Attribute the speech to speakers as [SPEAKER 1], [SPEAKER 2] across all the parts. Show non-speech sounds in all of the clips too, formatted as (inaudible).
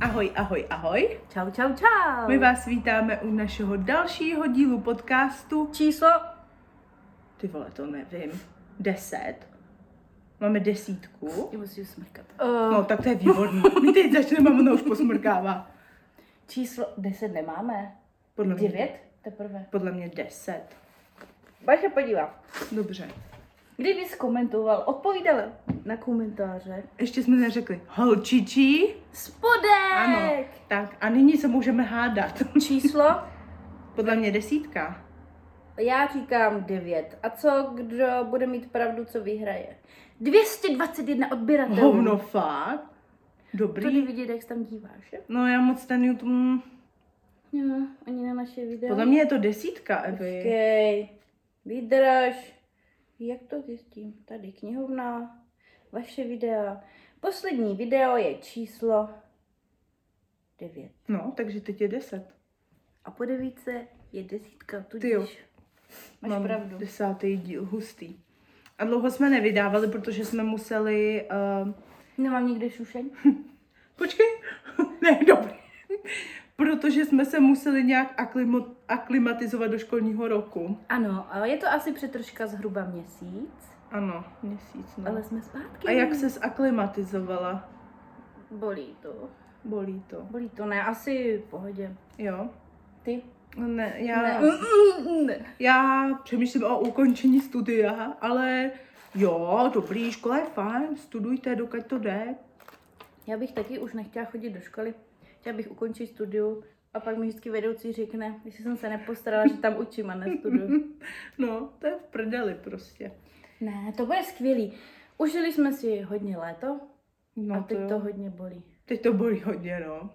[SPEAKER 1] Ahoj, ahoj, ahoj.
[SPEAKER 2] Čau, čau, čau.
[SPEAKER 1] My vás vítáme u našeho dalšího dílu podcastu.
[SPEAKER 2] Číslo
[SPEAKER 1] Ty vole, to nevím. Deset. Máme desítku.
[SPEAKER 2] Já musím smrkat.
[SPEAKER 1] No, tak to je výborný. My teď začneme, ona už posmrkává.
[SPEAKER 2] Číslo 10 nemáme.
[SPEAKER 1] Podle mě,
[SPEAKER 2] 9 teprve.
[SPEAKER 1] podle mě deset.
[SPEAKER 2] Baša podívá.
[SPEAKER 1] Dobře.
[SPEAKER 2] Kdyby jsi komentoval, odpovídal na komentáře.
[SPEAKER 1] Ještě jsme neřekli holčičí.
[SPEAKER 2] Spodek!
[SPEAKER 1] Ano. Tak a nyní se můžeme hádat.
[SPEAKER 2] Číslo?
[SPEAKER 1] Podle mě desítka.
[SPEAKER 2] Já říkám 9. A co, kdo bude mít pravdu, co vyhraje? 221 odběratelů.
[SPEAKER 1] Hovno fakt.
[SPEAKER 2] To jde
[SPEAKER 1] Dobrý.
[SPEAKER 2] vidět, jak se tam díváš. že?
[SPEAKER 1] No já moc ten YouTube... mm,
[SPEAKER 2] Jo, ani na naše videa.
[SPEAKER 1] Podle mě je to desítka,
[SPEAKER 2] Prostě-
[SPEAKER 1] Evi.
[SPEAKER 2] Počkej, vydrž. Jak to zjistím? Tady knihovna, vaše videa. Poslední video je číslo 9.
[SPEAKER 1] No, takže teď je deset.
[SPEAKER 2] A po devíce je desítka,
[SPEAKER 1] Ty jo.
[SPEAKER 2] tudíž máš
[SPEAKER 1] Mám
[SPEAKER 2] pravdu.
[SPEAKER 1] desátý díl, hustý. A dlouho jsme nevydávali, protože jsme museli... Uh...
[SPEAKER 2] Nemám nikde šušeň?
[SPEAKER 1] Počkej, (laughs) ne, dobrý. protože jsme se museli nějak aklimo- aklimatizovat do školního roku.
[SPEAKER 2] Ano, a je to asi přetržka zhruba měsíc,
[SPEAKER 1] Ano, měsíc, no.
[SPEAKER 2] ale jsme zpátky.
[SPEAKER 1] A jak se zaklimatizovala?
[SPEAKER 2] Bolí to.
[SPEAKER 1] Bolí to.
[SPEAKER 2] Bolí to, ne, asi v pohodě.
[SPEAKER 1] Jo?
[SPEAKER 2] Ty?
[SPEAKER 1] Ne, já...
[SPEAKER 2] Ne. Mm, mm, ne.
[SPEAKER 1] Já přemýšlím o ukončení studia, ale jo, dobrý, škola je fajn, studujte, dokud to jde. (laughs)
[SPEAKER 2] Já bych taky už nechtěla chodit do školy. Chtěla bych ukončit studium a pak mi vždycky vedoucí řekne, jestli jsem se nepostarala, že tam učím a nestuduju.
[SPEAKER 1] No, to je v prdeli prostě.
[SPEAKER 2] (laughs) Ne, to bude skvělý. Užili jsme si hodně léto
[SPEAKER 1] No,
[SPEAKER 2] a teď
[SPEAKER 1] jo.
[SPEAKER 2] to hodně bolí.
[SPEAKER 1] teď to bolí hodně, no.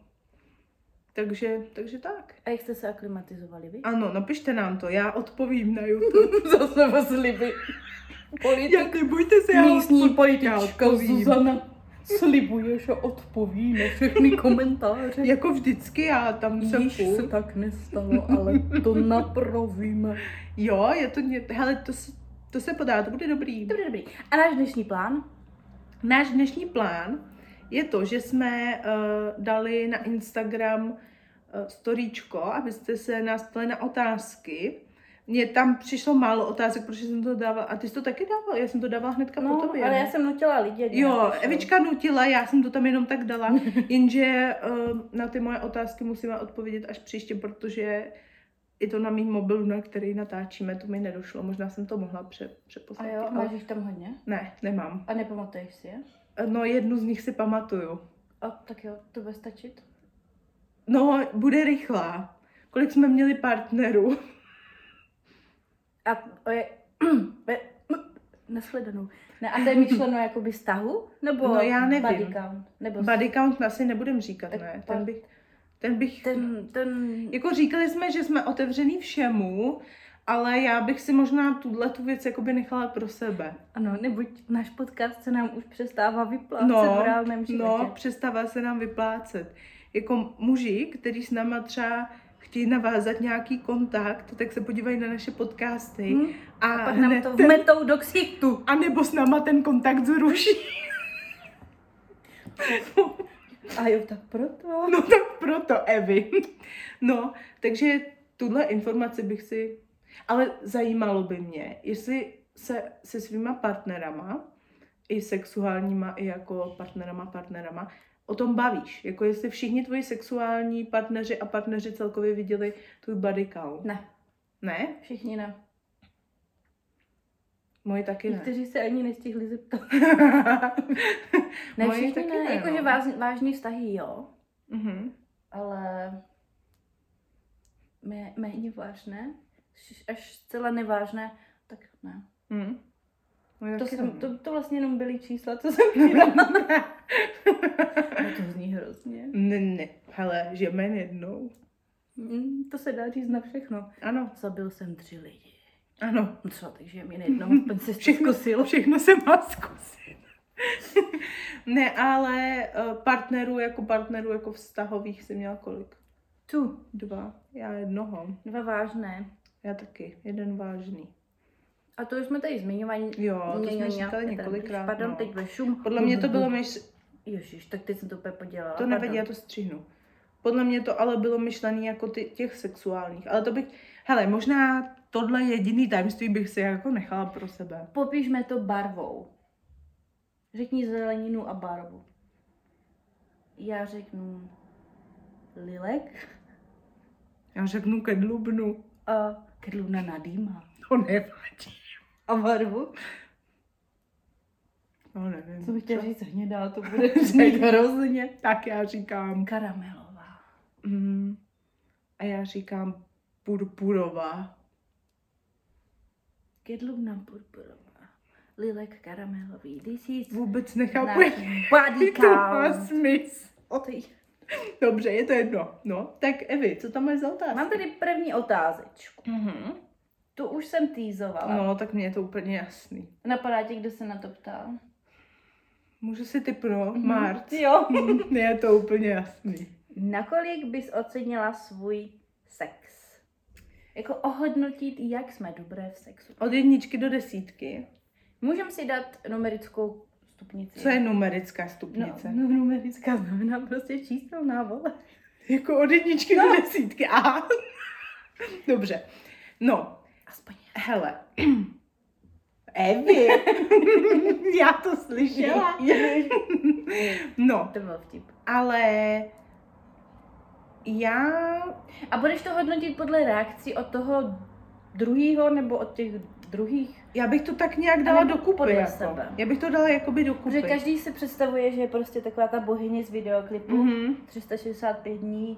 [SPEAKER 1] Takže, takže tak.
[SPEAKER 2] A jak jste se aklimatizovali (laughs) vy?
[SPEAKER 1] Ano, napište nám to, já odpovím na YouTube.
[SPEAKER 2] Zase vás sliby.
[SPEAKER 1] Já, nebojte se, já odpo- já odpovím.
[SPEAKER 2] slibuješ a odpoví na všechny komentáře.
[SPEAKER 1] Jako vždycky, já tam jsem furt.
[SPEAKER 2] tak nestalo, ale to napravíme.
[SPEAKER 1] Jo, je to, ně- hele, to, se- to se podá, to bude dobrý.
[SPEAKER 2] Dobrý, dobrý. A náš dnešní plán?
[SPEAKER 1] Náš dnešní plán je to, že jsme uh, dali na Instagram uh, storíčko, abyste se nás ptali na otázky. Mně tam přišlo málo otázek, protože jsem to dávala. A ty jsi to taky dávala? Já jsem to dávala hnedka
[SPEAKER 2] No,
[SPEAKER 1] po tobě.
[SPEAKER 2] ale
[SPEAKER 1] ne?
[SPEAKER 2] já jsem nutila lidi. ať
[SPEAKER 1] Jo,
[SPEAKER 2] napíšou.
[SPEAKER 1] Evička nutila, já jsem to tam jenom tak
[SPEAKER 2] (laughs)
[SPEAKER 1] dala, jenže uh, na ty moje otázky musíme odpovědět až příště, protože je to na mým mobilu, na který natáčíme, to mi nedošlo, možná jsem to mohla pře-
[SPEAKER 2] A
[SPEAKER 1] přeposlat.
[SPEAKER 2] jo,
[SPEAKER 1] ale-
[SPEAKER 2] máš jich tam hodně?
[SPEAKER 1] Ne, nemám.
[SPEAKER 2] A nepamatuješ si je?
[SPEAKER 1] No, jednu z nich si pamatuju.
[SPEAKER 2] A tak jo, to bude stačit.
[SPEAKER 1] No, bude rychlá. Kolik jsme měli partnerů?
[SPEAKER 2] A o je... (clears throat) be- Nasledanou. Ne, a to
[SPEAKER 1] (laughs)
[SPEAKER 2] je myšleno jakoby vztahu? Nebo
[SPEAKER 1] No, já nevím.
[SPEAKER 2] body count? Nebo
[SPEAKER 1] Body count asi nebudem říkat,
[SPEAKER 2] Tak
[SPEAKER 1] ne?
[SPEAKER 2] pa-
[SPEAKER 1] Ten bych, ten bych...
[SPEAKER 2] ten, ten...
[SPEAKER 1] Jako říkali jsme, že jsme otevřený všemu, ale já bych si možná tuhle tu věc jakoby nechala pro sebe.
[SPEAKER 2] Ano, neboť náš podcast se nám už přestává vyplácet
[SPEAKER 1] No,
[SPEAKER 2] v reálném životě.
[SPEAKER 1] No, přestává se nám vyplácet. Jako muži, kteří s náma třeba chtějí navázat nějaký kontakt, tak se podívají na naše podcasty.
[SPEAKER 2] Hm?
[SPEAKER 1] A,
[SPEAKER 2] A pak nám
[SPEAKER 1] hned
[SPEAKER 2] to
[SPEAKER 1] ten-
[SPEAKER 2] vmetou do ksichtu.
[SPEAKER 1] A nebo s náma ten kontakt zruší.
[SPEAKER 2] A jo, tak proto.
[SPEAKER 1] No tak proto, Evi. (laughs) No, takže tuhle informaci bych si... Ale zajímalo by mě, jestli se se svýma partnerama, i sexuálníma, i jako partnerama, partnerama, o tom bavíš. Jako jestli všichni tvoji sexuální partneři a partneři celkově viděli tvůj body count.
[SPEAKER 2] Ne,
[SPEAKER 1] Ne?
[SPEAKER 2] všichni ne.
[SPEAKER 1] Moji taky ne. (laughs)
[SPEAKER 2] Někteří se ani nestihli zeptat. Ne,
[SPEAKER 1] Moji
[SPEAKER 2] všichni
[SPEAKER 1] taky
[SPEAKER 2] ne.
[SPEAKER 1] ne,
[SPEAKER 2] Jakože
[SPEAKER 1] no.
[SPEAKER 2] vážný, vážný vztahy, jo.
[SPEAKER 1] Mhm.
[SPEAKER 2] ale mé, méně vážné, až- až zcela nevážné, tak ne.
[SPEAKER 1] Mhm. Moji
[SPEAKER 2] To,
[SPEAKER 1] taky
[SPEAKER 2] jsem,
[SPEAKER 1] ne.
[SPEAKER 2] to, to vlastně jenom byly čísla, co jsem přidala. (laughs) No to zní hrozně.
[SPEAKER 1] (laughs) Ne, ne, hele, žijeme jen jednou.
[SPEAKER 2] Mm, to se dá říct na všechno.
[SPEAKER 1] Ano,
[SPEAKER 2] Zabil jsem tři lidi.
[SPEAKER 1] ano.
[SPEAKER 2] No Co, takže (laughs) mi nejednou ten se všechno
[SPEAKER 1] Všechno,
[SPEAKER 2] zkusil.
[SPEAKER 1] všechno se má zkusit. (laughs) ne, ale eh, partnerů jako partnerů jako vztahových jsem měla kolik?
[SPEAKER 2] Tu,
[SPEAKER 1] Dva. Já jednoho.
[SPEAKER 2] dva vážné.
[SPEAKER 1] Já taky. Jeden vážný.
[SPEAKER 2] A to už jsme tady zmiňovali.
[SPEAKER 1] Jo, to
[SPEAKER 2] Ně- ně-
[SPEAKER 1] jsme
[SPEAKER 2] ně-
[SPEAKER 1] říkali
[SPEAKER 2] ten-
[SPEAKER 1] několikrát.
[SPEAKER 2] Pardon, Mhm.
[SPEAKER 1] no.
[SPEAKER 2] teď ve šum.
[SPEAKER 1] Podle mě to bylo, než
[SPEAKER 2] Ježiš, tak teď jsem to úplně podělala.
[SPEAKER 1] To nevadí, já to střihnu. Podle mě to ale bylo myšlené jako ty, těch sexuálních, ale to bych, hele, možná tohle jediný tajemství bych si jako nechala pro sebe.
[SPEAKER 2] Popišme to barvou. Řekni zeleninu a barvu. Já řeknu lilek
[SPEAKER 1] Já řeknu ke dlubnu,
[SPEAKER 2] a kedluna nadýma.
[SPEAKER 1] to nevadí.
[SPEAKER 2] A barvu?
[SPEAKER 1] No nevím.
[SPEAKER 2] Co bych chtěla
[SPEAKER 1] co?
[SPEAKER 2] říct hnědá, to (laughs) bude znít hrozně.
[SPEAKER 1] Tak já říkám,
[SPEAKER 2] Karamelová.
[SPEAKER 1] mm, a já říkám purpurová.
[SPEAKER 2] Kedluna purpurová. Lilek karamelový. This is
[SPEAKER 1] Vůbec nechápu, (laughs)
[SPEAKER 2] náš
[SPEAKER 1] jak
[SPEAKER 2] body (laughs)
[SPEAKER 1] to má
[SPEAKER 2] count.
[SPEAKER 1] smysl.
[SPEAKER 2] Ty.
[SPEAKER 1] Dobře, je to jedno. No, tak Evi, co tam máš za otázku?
[SPEAKER 2] Mám tady první otázečku.
[SPEAKER 1] Mhm.
[SPEAKER 2] Tu už jsem týzovala.
[SPEAKER 1] No, tak mně je to úplně jasný.
[SPEAKER 2] Napadá tě, kdo se na to ptal?
[SPEAKER 1] Můžu si typnout, Mart?
[SPEAKER 2] Jo.
[SPEAKER 1] (laughs) Mně je to úplně jasný.
[SPEAKER 2] Nakolik bys ocenila svůj sex? Jako ohodnotit, jak jsme dobré v sexu.
[SPEAKER 1] Od jedničky do desítky.
[SPEAKER 2] Můžeme si dát numerickou stupnici.
[SPEAKER 1] Co je numerická stupnice?
[SPEAKER 2] No, no, numerická znamená prostě číselná, vole.
[SPEAKER 1] Jako od jedničky no. do desítky. Aha. (laughs) Dobře. No, (laughs)
[SPEAKER 2] Aspoň. (clears throat)
[SPEAKER 1] hele. Evi. (laughs) Já to slyšela. No,
[SPEAKER 2] (laughs) to byl vtip.
[SPEAKER 1] ale já...
[SPEAKER 2] A budeš to hodnotit podle reakcí od toho druhého nebo od těch druhých?
[SPEAKER 1] Já bych to tak nějak dala
[SPEAKER 2] nebo
[SPEAKER 1] dokupy.
[SPEAKER 2] podle
[SPEAKER 1] Jako.
[SPEAKER 2] sebe.
[SPEAKER 1] Já bych to dala jakoby dokupy.
[SPEAKER 2] Protože každý si představuje, že je prostě taková ta bohyně z videoklipu.
[SPEAKER 1] Mhm.
[SPEAKER 2] 365 dní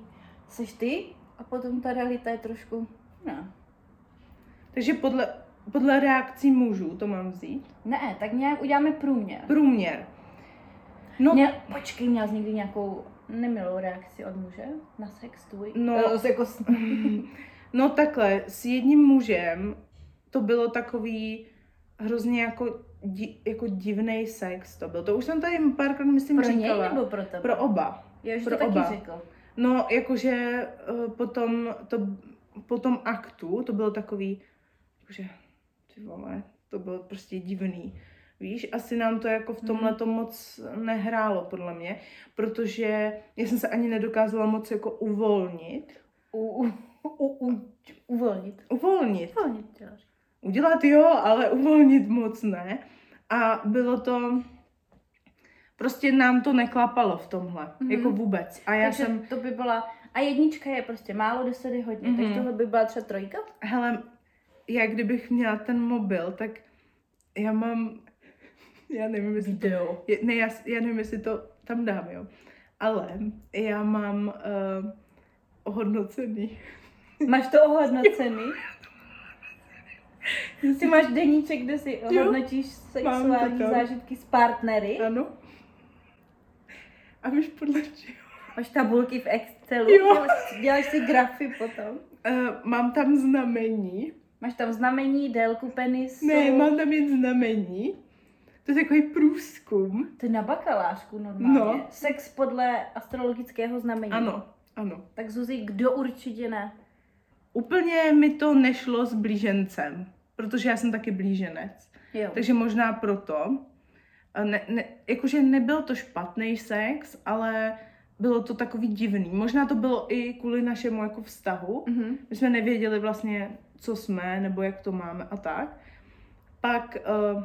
[SPEAKER 2] seš ty a potom ta realita je trošku, no,
[SPEAKER 1] Takže podle, podle reakcí mužů to mám vzít.
[SPEAKER 2] ne, tak nějak uděláme průměr.
[SPEAKER 1] Průměr. No,
[SPEAKER 2] Mě, počkej, měla jsi někdy nějakou nemilou reakci od muže na sex tvůj?
[SPEAKER 1] No.
[SPEAKER 2] Eh, jako s...
[SPEAKER 1] (laughs) no takhle, s jedním mužem to bylo takový hrozně jako, di, jako divný sex to byl. To už jsem tady párkrát, myslím,
[SPEAKER 2] pro něj
[SPEAKER 1] říkala.
[SPEAKER 2] nebo pro tebe?
[SPEAKER 1] Pro oba.
[SPEAKER 2] jo, že
[SPEAKER 1] pro
[SPEAKER 2] to taky
[SPEAKER 1] oba.
[SPEAKER 2] řekl.
[SPEAKER 1] No, jakože eh, potom to, po tom aktu to bylo takový, že ty vole, to bylo prostě divný. Víš, asi nám to jako v tomhle
[SPEAKER 2] Mm.
[SPEAKER 1] to moc nehrálo, podle mě, protože já jsem se ani nedokázala moc jako uvolnit.
[SPEAKER 2] U, u, u, u, uvolnit.
[SPEAKER 1] Uvolnit.
[SPEAKER 2] Uvolnit, chtěla říct.
[SPEAKER 1] Udělat jo, ale uvolnit moc ne. A bylo to, prostě nám to neklapalo v tomhle,
[SPEAKER 2] Mhm.
[SPEAKER 1] jako vůbec. A já
[SPEAKER 2] Takže
[SPEAKER 1] jsem
[SPEAKER 2] to by byla, a jednička je prostě málo, deset je hodně,
[SPEAKER 1] Mhm.
[SPEAKER 2] takže tohle by byla třeba trojka?
[SPEAKER 1] Hele, já kdybych měla ten mobil, tak já mám, já nevím, jestli to,
[SPEAKER 2] Video.
[SPEAKER 1] je, ne, já, s- já nevím, jestli to tam dám, jo. Ale já mám uh, ohodnocený.
[SPEAKER 2] Máš to
[SPEAKER 1] (laughs)
[SPEAKER 2] ohodnocený? Ty máš deníček, kde si hodnotíš sexuální
[SPEAKER 1] tam.
[SPEAKER 2] zážitky s partnery.
[SPEAKER 1] Ano. A víš podle čeho?
[SPEAKER 2] Máš tabulky v Excelu,
[SPEAKER 1] Jo.
[SPEAKER 2] děláš, děláš si grafy potom.
[SPEAKER 1] Uh, mám tam znamení.
[SPEAKER 2] Máš tam znamení, délku penisu.
[SPEAKER 1] Ne, mám tam jen znamení. To je takový průzkum.
[SPEAKER 2] Ty na bakalářku normálně.
[SPEAKER 1] No.
[SPEAKER 2] Sex podle astrologického znamení.
[SPEAKER 1] Ano, ano.
[SPEAKER 2] Tak Zuzi, kdo určitě ne?
[SPEAKER 1] Úplně mi to nešlo s blížencem, protože já jsem taky blíženec.
[SPEAKER 2] Jo.
[SPEAKER 1] Takže možná proto. A Ne, ne, jakože nebyl to špatný sex, ale bylo to takový divný. Možná to bylo i kvůli našemu jako vztahu.
[SPEAKER 2] Mhm.
[SPEAKER 1] My jsme nevěděli vlastně, co jsme, nebo jak to máme a tak. Pak, uh,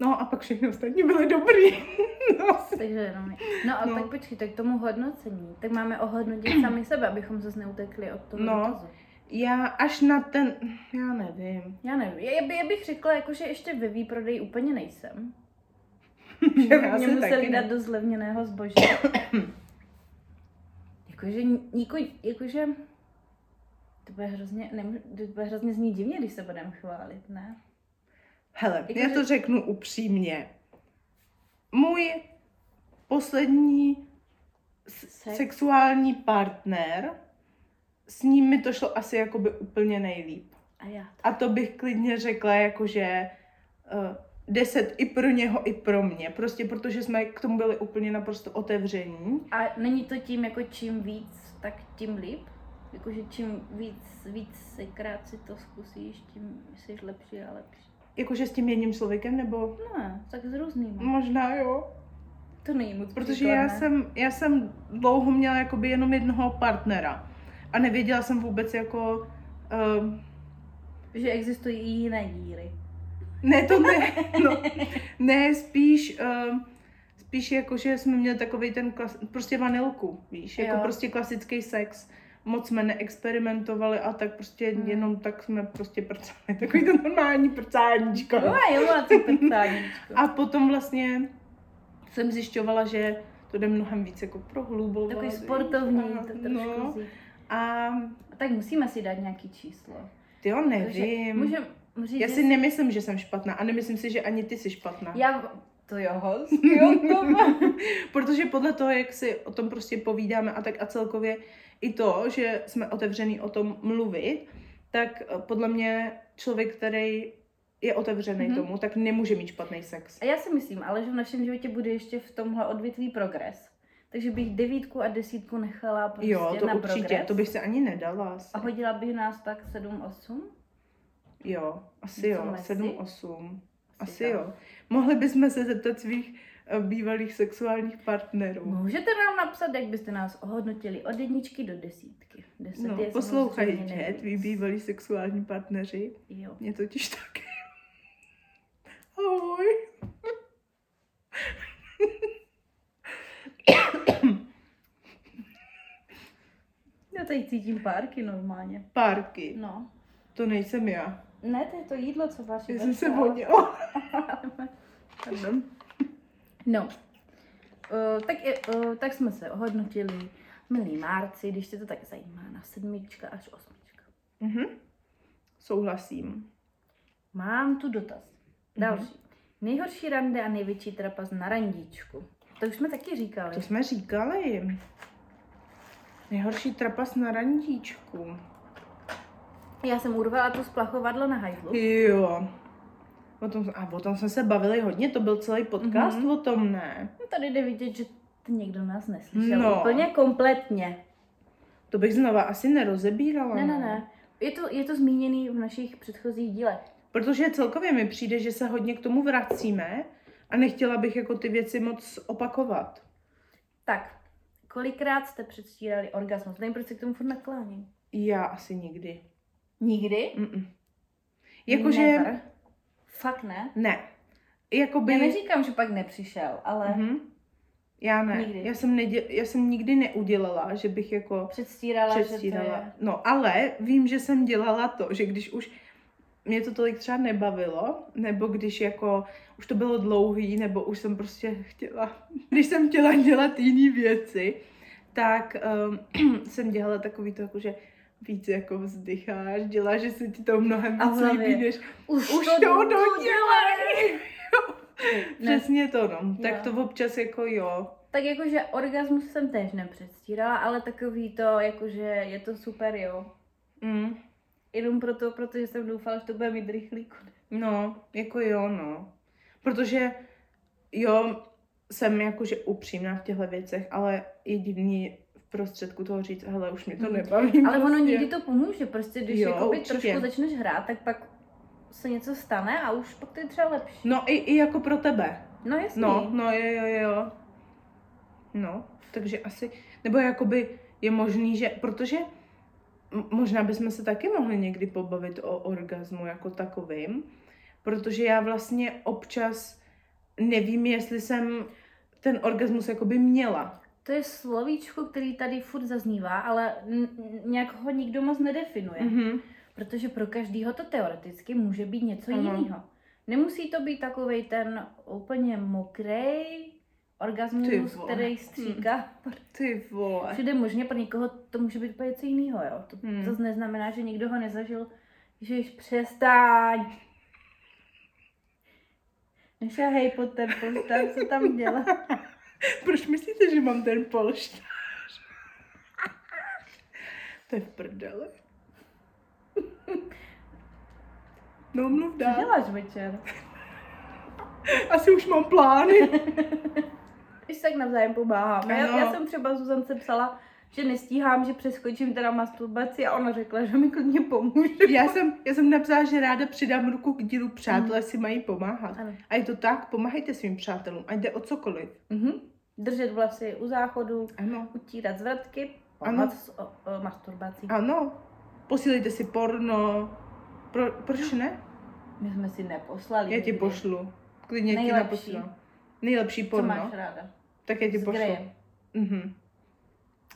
[SPEAKER 1] no a pak všechny ostatní byly dobrý. (laughs) no.
[SPEAKER 2] Takže jenom. je- No a
[SPEAKER 1] No.
[SPEAKER 2] no. tak počkej, tak tomu hodnocení. Tak
[SPEAKER 1] (clears throat)
[SPEAKER 2] máme ohodnotit sami sebe, abychom zase neutekli od toho
[SPEAKER 1] No.
[SPEAKER 2] dotazu.
[SPEAKER 1] Já až na ten, já
[SPEAKER 2] (laughs)
[SPEAKER 1] nevím.
[SPEAKER 2] Já nevím, já, by, já bych řekla, jako, že ještě ve výprodeji úplně nejsem.
[SPEAKER 1] Já
[SPEAKER 2] Že mě
[SPEAKER 1] asi
[SPEAKER 2] museli
[SPEAKER 1] taky ne.
[SPEAKER 2] dát do zlevněného zboží. (coughs) jakože, niko, jakože, to bude hrozně, nemů, to bude hrozně zní divně, když se budeme chválit, ne?
[SPEAKER 1] Hele,
[SPEAKER 2] Jako,
[SPEAKER 1] já
[SPEAKER 2] že-
[SPEAKER 1] to řeknu upřímně. Můj poslední s-
[SPEAKER 2] Sex.
[SPEAKER 1] sexuální partner, s ním mi to šlo asi jakoby úplně nejlíp.
[SPEAKER 2] A já to.
[SPEAKER 1] A to bych klidně řekla jako, jakože uh, 10 i pro něho, i pro mě. Prostě protože jsme k tomu byli úplně naprosto otevření.
[SPEAKER 2] A není to tím, jako čím víc, tak tím líp? Jakože čím víc, víc si krát si to zkusíš, tím jsi lepší a lepší.
[SPEAKER 1] Jakože s tím jedním člověkem, nebo
[SPEAKER 2] No, tak s různýma.
[SPEAKER 1] možná jo.
[SPEAKER 2] To není moc
[SPEAKER 1] Protože
[SPEAKER 2] příkladné.
[SPEAKER 1] já jsem, já jsem dlouho měla jakoby jenom jednoho partnera a nevěděla jsem vůbec jako... Uh,
[SPEAKER 2] Že existují i jiné díry.
[SPEAKER 1] ne, to
[SPEAKER 2] (laughs)
[SPEAKER 1] ne, no, ne, spíš, uh, spíš jako, že jsme měli takový ten, klas, prostě vanilku, víš, jako
[SPEAKER 2] Jo.
[SPEAKER 1] prostě klasický sex. Moc jsme neexperimentovali a tak prostě
[SPEAKER 2] Hmm.
[SPEAKER 1] hmm. jenom tak jsme prostě prcali, takový to normální prcáníčko.
[SPEAKER 2] No a jo, a co prtáníčko.
[SPEAKER 1] A potom vlastně jsem zjišťovala, že to jde mnohem víc jako prohlubovat.
[SPEAKER 2] Takový
[SPEAKER 1] víš,
[SPEAKER 2] sportovní,
[SPEAKER 1] a-
[SPEAKER 2] to trošku
[SPEAKER 1] no.
[SPEAKER 2] vzít.
[SPEAKER 1] A
[SPEAKER 2] A tak musíme si dát nějaký číslo.
[SPEAKER 1] ty jo, nevím.
[SPEAKER 2] Můžeme říct,
[SPEAKER 1] Já si
[SPEAKER 2] že-
[SPEAKER 1] nemyslím, že jsem špatná a nemyslím si, že ani ty jsi špatná.
[SPEAKER 2] Já... To jo, host, jo, to má.
[SPEAKER 1] Protože podle toho, jak si o tom prostě povídáme a tak a celkově i to, že jsme otevřený o tom mluvit, tak eh, podle mě člověk, který je otevřený
[SPEAKER 2] Mhm.
[SPEAKER 1] mm-hmm. tomu, tak nemůže mít špatný sex.
[SPEAKER 2] (laughs) A já si myslím, ale že v našem životě bude ještě v tomhle odvětví progres. Takže bych devítku a desítku nechala prostě
[SPEAKER 1] jo, to
[SPEAKER 2] na
[SPEAKER 1] určitě,
[SPEAKER 2] progres.
[SPEAKER 1] to bych se ani nedala. Asi.
[SPEAKER 2] A hodila bych nás tak 7-8?
[SPEAKER 1] Jo, asi
[SPEAKER 2] Něco
[SPEAKER 1] jo,
[SPEAKER 2] mezi?
[SPEAKER 1] 7, 8. Asi
[SPEAKER 2] tak.
[SPEAKER 1] jo. Mohli bychom se zeptat svých eh, bývalých sexuálních partnerů.
[SPEAKER 2] Můžete nám napsat, jak byste nás ohodnotili od jedničky do desítky. Deset
[SPEAKER 1] No,
[SPEAKER 2] je samozřejmě
[SPEAKER 1] poslouchajte,
[SPEAKER 2] nejvíc.
[SPEAKER 1] tví bývalí sexuální partneři.
[SPEAKER 2] Jo.
[SPEAKER 1] Mě totiž taky. Ahoj.
[SPEAKER 2] Já tady cítím párky normálně.
[SPEAKER 1] Párky.
[SPEAKER 2] No.
[SPEAKER 1] To nejsem já.
[SPEAKER 2] Ne, to je to jídlo, co vaří.
[SPEAKER 1] Já jsem se vonila.
[SPEAKER 2] Pardon. No. Uh, tak, je- uh, tak jsme se ohodnotili, milí Márci, když tě to tak zajímá, na sedmička až osmička.
[SPEAKER 1] Mhm. Souhlasím.
[SPEAKER 2] Mám tu dotaz.
[SPEAKER 1] Mhm.
[SPEAKER 2] Další. Nejhorší rande a největší trapas na randíčku. To už jsme taky říkali.
[SPEAKER 1] To jsme říkali. Nejhorší trapas na randíčku.
[SPEAKER 2] Já jsem urvala to splachovadlo na hajzlu.
[SPEAKER 1] Jo. O tom, a o tom jsme se bavili hodně, to byl celý podcast
[SPEAKER 2] Mhm.
[SPEAKER 1] mm-hmm. o tom, ne?
[SPEAKER 2] No, tady jde vidět, že t- někdo nás neslyšel no.
[SPEAKER 1] No.
[SPEAKER 2] úplně kompletně.
[SPEAKER 1] To bych znova asi nerozebírala.
[SPEAKER 2] Ne, ne, ne. Je to, je to zmíněný v našich předchozích dílech.
[SPEAKER 1] Protože celkově mi přijde, že se hodně k tomu vracíme a nechtěla bych jako ty věci moc opakovat.
[SPEAKER 2] Tak, kolikrát jste předstírali orgasmus? Nevím, proč se k tomu furt nakláním.
[SPEAKER 1] Já asi nikdy.
[SPEAKER 2] Nikdy?
[SPEAKER 1] Mm-mm. Jakože
[SPEAKER 2] Never. Fakt ne?
[SPEAKER 1] ne. Jakoby...
[SPEAKER 2] Já neříkám, že pak nepřišel, ale mm-hmm.
[SPEAKER 1] Mhm. Já ne.
[SPEAKER 2] Nikdy.
[SPEAKER 1] Já jsem, nedě... Já jsem nikdy neudělala, že bych jako...
[SPEAKER 2] předstírala, že to
[SPEAKER 1] předstírala.
[SPEAKER 2] je...
[SPEAKER 1] No ale vím, že jsem dělala to, že když už mě to tolik třeba nebavilo, nebo když jako už to bylo dlouhý, nebo už jsem prostě chtěla, (laughs) když jsem chtěla dělat jiné věci, tak um, (clears throat) jsem dělala takový to jako, že víc jako vzdycháš, děláš, že se ti to mnohem
[SPEAKER 2] A v
[SPEAKER 1] víc
[SPEAKER 2] hlavě.
[SPEAKER 1] líbí, než
[SPEAKER 2] Už,
[SPEAKER 1] už to dodělej! (laughs)
[SPEAKER 2] dodělej! Ne.
[SPEAKER 1] Přesně to, no.
[SPEAKER 2] Jo.
[SPEAKER 1] Tak to občas jako jo.
[SPEAKER 2] Tak jakože orgasmus jsem též nepředstírala, ale takový to, jakože je to super, jo.
[SPEAKER 1] Mm.
[SPEAKER 2] Jenom proto, protože jsem doufala, že to bude mít rychlý konec.
[SPEAKER 1] No, jako jo, no. Protože jo, jsem jakože upřímná v těchto věcech, ale je divný v prostředku toho říct, hele, už mě to
[SPEAKER 2] Mm.
[SPEAKER 1] nebaví.
[SPEAKER 2] Ale ono někdy to pomůže, prostě když jo,
[SPEAKER 1] No, vlastně. Jo,
[SPEAKER 2] jakoby
[SPEAKER 1] určitě.
[SPEAKER 2] trošku začneš hrát, tak pak se něco stane a už pak to je třeba lepší.
[SPEAKER 1] No i, i jako pro tebe.
[SPEAKER 2] No jasný.
[SPEAKER 1] No, no jo, jo, jo. No, takže asi, nebo jakoby je možný, že, protože m- možná bychom se taky mohli někdy pobavit o orgazmu jako takovým, protože já vlastně občas nevím, jestli jsem ten orgasmus jakoby měla.
[SPEAKER 2] To je slovíčko, který tady furt zaznívá, ale n- n- nějak ho nikdo moc nedefinuje. Mm-hmm.
[SPEAKER 1] Mm-hmm.
[SPEAKER 2] Protože pro každýho to teoreticky může být něco
[SPEAKER 1] Ano.
[SPEAKER 2] jiného. Nemusí to být takový ten úplně mokrý
[SPEAKER 1] Ty
[SPEAKER 2] orgasmus,
[SPEAKER 1] vole. Mhm.
[SPEAKER 2] který stříká.
[SPEAKER 1] Ty vole. (laughs)
[SPEAKER 2] Všude možně pro někoho to může být úplně něco jiného, jo. To,
[SPEAKER 1] Hmm.
[SPEAKER 2] to neznamená, že nikdo ho nezažil, že již přestaň. Nešahej pod ten postav, co
[SPEAKER 1] (laughs)
[SPEAKER 2] tam dělá.
[SPEAKER 1] Proč myslíte, že mám ten polštář? (laughs) to je v prdele. (laughs) No mluv
[SPEAKER 2] Co
[SPEAKER 1] dál.
[SPEAKER 2] děláš večer?
[SPEAKER 1] Asi už mám plány.
[SPEAKER 2] Když tak navzájem pomáháme. Já,
[SPEAKER 1] Ano.
[SPEAKER 2] já jsem třeba Zuzance psala, že nestíhám, že přeskočím teda masturbaci a ona řekla, že mi klidně pomůže.
[SPEAKER 1] (laughs) já, jsem, já jsem napsala, že ráda přidám ruku k dílu přátelé si mají pomáhat.
[SPEAKER 2] Ano.
[SPEAKER 1] A je to tak, pomáhejte svým přátelům, ať jde o cokoliv.
[SPEAKER 2] Mhm. držet vlasy u záchodu,
[SPEAKER 1] Ano.
[SPEAKER 2] utírat zvratky,
[SPEAKER 1] Ano.
[SPEAKER 2] ano. s o, o masturbací.
[SPEAKER 1] Ano. Posílejte si porno. Pro, proč ne?
[SPEAKER 2] My jsme si neposlali.
[SPEAKER 1] Já ti
[SPEAKER 2] nikdy.
[SPEAKER 1] pošlu. Klidně ti
[SPEAKER 2] Nejlepší.
[SPEAKER 1] naposílám. Nejlepší
[SPEAKER 2] Co máš
[SPEAKER 1] porno.
[SPEAKER 2] ráda?
[SPEAKER 1] Tak já ti
[SPEAKER 2] S
[SPEAKER 1] pošlu.
[SPEAKER 2] Greyem.
[SPEAKER 1] Mhm.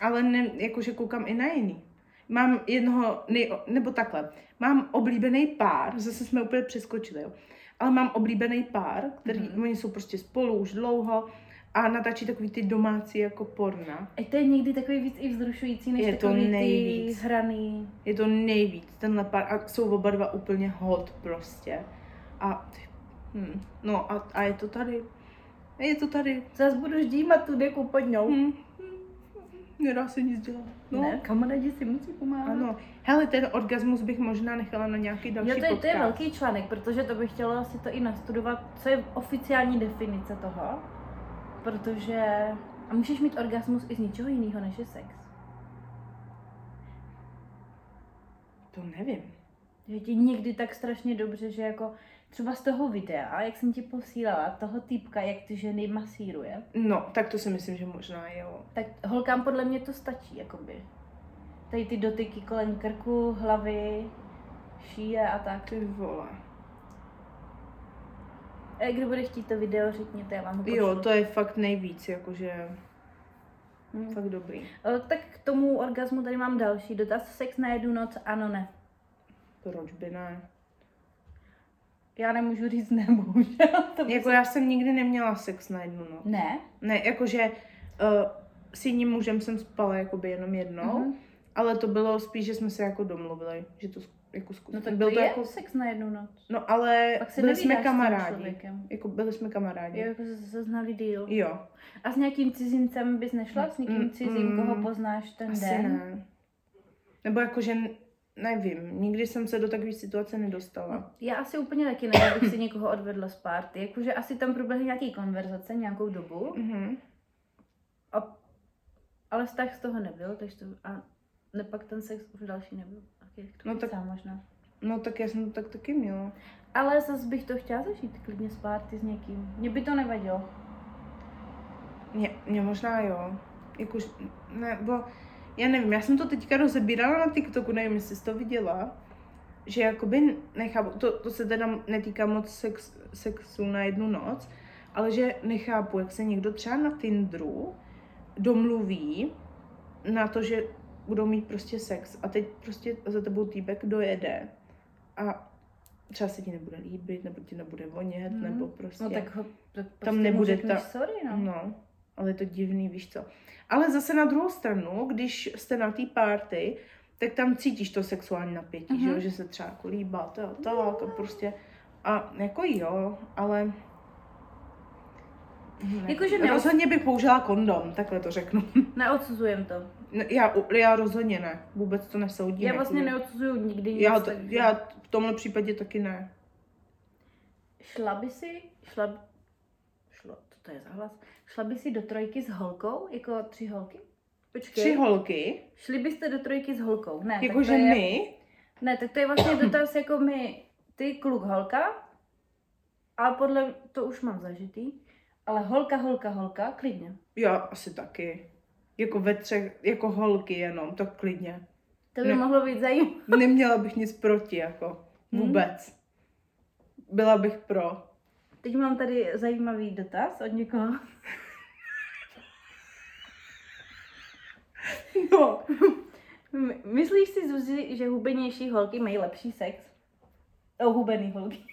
[SPEAKER 1] Ale ne, jakože koukám i na jiný. Mám jednoho, nej, nebo takhle, mám oblíbený pár, zase jsme úplně přeskočili, jo. ale mám oblíbený pár, který,
[SPEAKER 2] Mhm.
[SPEAKER 1] mm-hmm. oni jsou prostě spolu už dlouho a natáčí takový ty domácí jako porna.
[SPEAKER 2] Ej, E, to je někdy takový víc i vzrušující, než
[SPEAKER 1] Je to
[SPEAKER 2] takový ty
[SPEAKER 1] nejvíc.
[SPEAKER 2] hraný.
[SPEAKER 1] Je to nejvíc, tenhle pár, a jsou oba dva úplně hot prostě. A, hm, no a, a je to tady. Je to tady.
[SPEAKER 2] Zas budu ždímat tu deku pod ňou.
[SPEAKER 1] Hm. hm, Nedá se nic dělat. No.
[SPEAKER 2] Ne, kamarádi si musí pomáhat.
[SPEAKER 1] Ano, hele, ten orgasmus bych možná nechala na nějaký další
[SPEAKER 2] Jo, to je, to je
[SPEAKER 1] podcast.
[SPEAKER 2] velký článek, protože to bych chtěla si to i nastudovat, co je oficiální definice toho, protože a můžeš mít orgasmus i z ničeho jiného než je sex.
[SPEAKER 1] To nevím.
[SPEAKER 2] Že ti někdy tak strašně dobře, že jako třeba z toho videa, jak jsem ti posílala, toho týpka, jak ty ženy masíruje,
[SPEAKER 1] No, tak to si myslím, že možná jo.
[SPEAKER 2] tak holkám podle mě to stačí, jakoby. Tady ty dotyky kolem krku, hlavy, šíje a tak.
[SPEAKER 1] Ty vole.
[SPEAKER 2] E, kdo bude chtít to video, řekněte, já vám ho pošlu.
[SPEAKER 1] Jo, to je fakt nejvíc, jakože
[SPEAKER 2] Hm.
[SPEAKER 1] fakt dobrý.
[SPEAKER 2] E, Tak k tomu orgasmu tady mám další dotaz. Sex na jednu noc, ano, ne.
[SPEAKER 1] Proč by ne?
[SPEAKER 2] Já nemůžu říct ne, (laughs) bohužel. To by...
[SPEAKER 1] Jako já jsem nikdy neměla sex na jednu noc.
[SPEAKER 2] Ne?
[SPEAKER 1] Ne, jakože uh, s jedním mužem jsem spala jakoby jenom jednou, mm-hmm.
[SPEAKER 2] Mhm.
[SPEAKER 1] ale to bylo spíš, že jsme se jako domluvili, že to zku- jako zkusíme.
[SPEAKER 2] No tak
[SPEAKER 1] Byl
[SPEAKER 2] to, je
[SPEAKER 1] jako,
[SPEAKER 2] jako... sex na jednu noc.
[SPEAKER 1] No ale
[SPEAKER 2] Pak se
[SPEAKER 1] byli jsme
[SPEAKER 2] nevídáš s tím
[SPEAKER 1] kamarádi.
[SPEAKER 2] člověkem.
[SPEAKER 1] Jako byli jsme kamarádi.
[SPEAKER 2] Jo, jako se se znali díl.
[SPEAKER 1] Jo.
[SPEAKER 2] A s nějakým cizincem bys nešla? S někým
[SPEAKER 1] Mm,
[SPEAKER 2] cizím,
[SPEAKER 1] mm,
[SPEAKER 2] koho poznáš ten
[SPEAKER 1] Asi
[SPEAKER 2] den?
[SPEAKER 1] ne. Nebo jakože n- nevím, nikdy jsem se do takové situace nedostala.
[SPEAKER 2] Já asi úplně taky ne, já bych si někoho odvedla z party. Jakože asi tam proběhly nějaký konverzace nějakou dobu,
[SPEAKER 1] Mhm.
[SPEAKER 2] ale vztah z toho nebyl, takže to... A nepak ten sex už další nebyl. Okay, to
[SPEAKER 1] No
[SPEAKER 2] no
[SPEAKER 1] tak-
[SPEAKER 2] tak... možná.
[SPEAKER 1] No tak já jsem to tak taky měla.
[SPEAKER 2] Ale zase bych to chtěla zažít klidně s party s někým. Mně by to nevadilo.
[SPEAKER 1] No Mě, mě možná jo. Jakož, nebo, já nevím, já jsem to teďka rozebírala na TikToku, nevím, jestli jsi to viděla, že jakoby nechápu, to, to se teda netýká moc sex, sexu na jednu noc, ale že nechápu, jak se někdo třeba na Tinderu domluví na to, že budou mít prostě sex a teď prostě za tebou týpek dojede a třeba se ti nebude líbit, nebo ti nebude vonět,
[SPEAKER 2] Mhm.
[SPEAKER 1] nebo prostě...
[SPEAKER 2] No tak ho, tak
[SPEAKER 1] Tam
[SPEAKER 2] mu
[SPEAKER 1] nebude
[SPEAKER 2] řekneš
[SPEAKER 1] ta-
[SPEAKER 2] sorry, no.
[SPEAKER 1] No, ale je to divný, víš co. Ale zase na druhou stranu, když jste na té party, tak tam cítíš to sexuální napětí,
[SPEAKER 2] Mhm.
[SPEAKER 1] že, jo, že se třeba jako líbá, to a tak a prostě. A jako jo, ale... Ne.
[SPEAKER 2] Jakože ne-
[SPEAKER 1] Rozhodně bych použila kondom, takhle to řeknu.
[SPEAKER 2] Neodsuzujem to.
[SPEAKER 1] Ne, Já, u- já rozhodně ne, vůbec to nesoudím.
[SPEAKER 2] Já vlastně
[SPEAKER 1] jakoby.
[SPEAKER 2] neodsuzuju nikdy nic.
[SPEAKER 1] já, to,
[SPEAKER 2] takže-
[SPEAKER 1] já v tomhle případě taky ne.
[SPEAKER 2] Šla by si, šla, b- šlo, co to je za hlas? Šla by si do trojky s holkou, jako tři holky? Počkej.
[SPEAKER 1] Tři holky,
[SPEAKER 2] Šli byste do trojky s holkou? Ne, tak to
[SPEAKER 1] jakože
[SPEAKER 2] je,
[SPEAKER 1] my,
[SPEAKER 2] Ne, tak to je vlastně dotaz jako my, ty kluk holka, a podle, to už mám zažitý, ale holka, holka, holka, klidně.
[SPEAKER 1] já asi taky. Jako ve třech, jako holky jenom, to klidně.
[SPEAKER 2] To by
[SPEAKER 1] Ne.
[SPEAKER 2] mohlo být zajímavé.
[SPEAKER 1] Neměla bych nic proti, jako.
[SPEAKER 2] Hmm.
[SPEAKER 1] Vůbec. Byla bych pro. (laughs)
[SPEAKER 2] Teď mám tady zajímavý dotaz od někoho.
[SPEAKER 1] No.
[SPEAKER 2] M- Myslíš si, Zuzi, že hubenější holky mají lepší sex? O, hubený holky.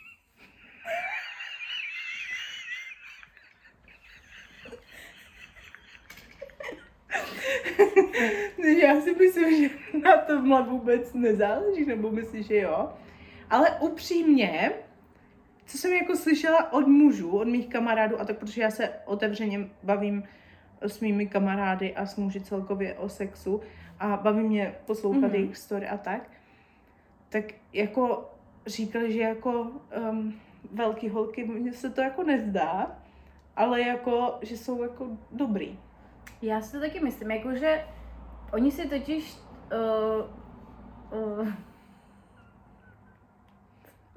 [SPEAKER 1] (laughs) Ne, Já si myslím, že na tomhle vůbec nezáleží, nebo myslíš, že jo? Ale upřímně, co jsem jako slyšela od mužů, od mých kamarádů, a tak protože já se otevřeně bavím s mými kamarády a s muži celkově o sexu a baví mě poslouchat
[SPEAKER 2] Mhm.
[SPEAKER 1] mm-hmm. jejich story a tak, tak jako říkali, že jako um, velký holky, mně se to jako nezdá, ale jako, že jsou jako dobrý.
[SPEAKER 2] Já si to taky myslím, jakože oni si eh, totiž... Uh, uh,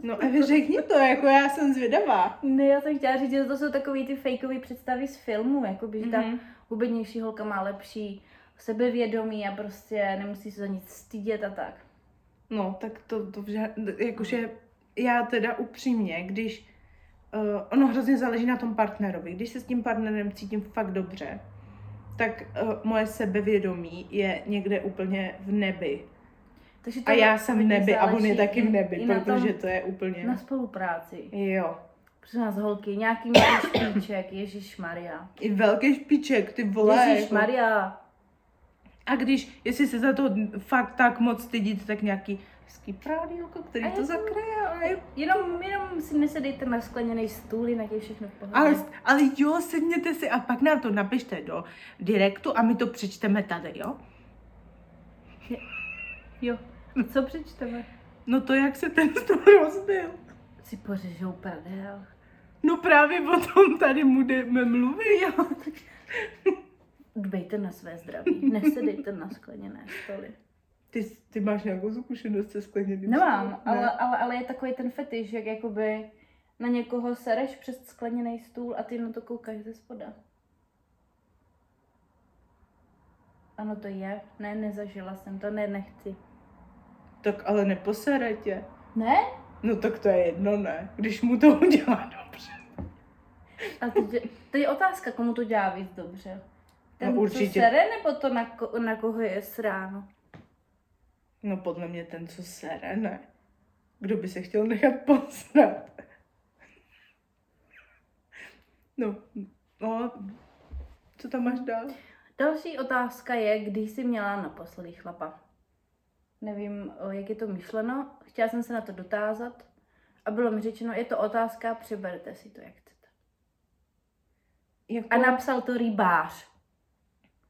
[SPEAKER 1] No Evi, řekni to, jako já jsem zvědavá.
[SPEAKER 2] (laughs) Ne, já jsem chtěla říct, že to jsou takový ty fejkové představy z filmu, jako by mm-hmm. ta
[SPEAKER 1] Mhm.
[SPEAKER 2] hubenější holka má lepší sebevědomí a prostě nemusí se za nic stydět a tak.
[SPEAKER 1] No, tak to, to v ža- jakože já teda upřímně, když uh, ono hrozně záleží na tom partnerovi, když se s tím partnerem cítím fakt dobře, tak uh, moje sebevědomí je někde úplně v nebi.
[SPEAKER 2] Takže
[SPEAKER 1] A
[SPEAKER 2] to
[SPEAKER 1] já jsem v
[SPEAKER 2] hodně
[SPEAKER 1] nebi a on je
[SPEAKER 2] záleží
[SPEAKER 1] taky
[SPEAKER 2] i-
[SPEAKER 1] v nebi,
[SPEAKER 2] i na tom-
[SPEAKER 1] protože to je úplně...
[SPEAKER 2] Na spolupráci.
[SPEAKER 1] Jo.
[SPEAKER 2] Přes nás holky, nějaký malý špiček, Ježíš Maria.
[SPEAKER 1] I velký špiček, ty vole.
[SPEAKER 2] Ježíš
[SPEAKER 1] jako.
[SPEAKER 2] Maria.
[SPEAKER 1] A když, jestli se za to fakt tak moc stydíte, tak nějaký hezký prádílko, který
[SPEAKER 2] A
[SPEAKER 1] to
[SPEAKER 2] jako-
[SPEAKER 1] zakryje. A je...
[SPEAKER 2] Jenom, jenom si nesedejte na skleněný stůl, jinak je všechno v pohodě.
[SPEAKER 1] ale, ale jo, sedněte si a pak nám to napište do direktu a my to přečteme tady, jo?
[SPEAKER 2] Jo, co přečteme?
[SPEAKER 1] No to, jak se ten stůl rozbil.
[SPEAKER 2] Si pořežou prdel.
[SPEAKER 1] No právě o tom tady budeme mluvit. Jo.
[SPEAKER 2] Dbejte na své zdraví, nesedejte na skleněné stoly.
[SPEAKER 1] Ty, ty máš nějakou zkušenost se skleněným
[SPEAKER 2] Nemám,
[SPEAKER 1] stolem? Ne.
[SPEAKER 2] ale, ale, ale je takový ten fetiš, jak jakoby na někoho sereš přes skleněný stůl a ty na to koukáš ze spoda. Ano, to je. Ne, nezažila jsem to, ne, nechci.
[SPEAKER 1] Tak ale neposere tě.
[SPEAKER 2] Ne?
[SPEAKER 1] No tak to je jedno, ne? Když mu to udělá dobře.
[SPEAKER 2] A teď, je- teď je otázka, komu to dělá víc dobře. Ten,
[SPEAKER 1] No, určitě.
[SPEAKER 2] co sere, nebo to, na, ko, na koho je sráno?
[SPEAKER 1] No podle mě ten, co sere, ne. Kdo by se chtěl nechat posrat? No, no, co tam máš dál?
[SPEAKER 2] Další otázka je, kdy jsi měla naposledy chlapa. Nevím, o, jak je to myšleno, chtěla jsem se na to dotázat a bylo mi řečeno, je to otázka, přeberte si to, jak chcete.
[SPEAKER 1] Jako...
[SPEAKER 2] A napsal to rybář.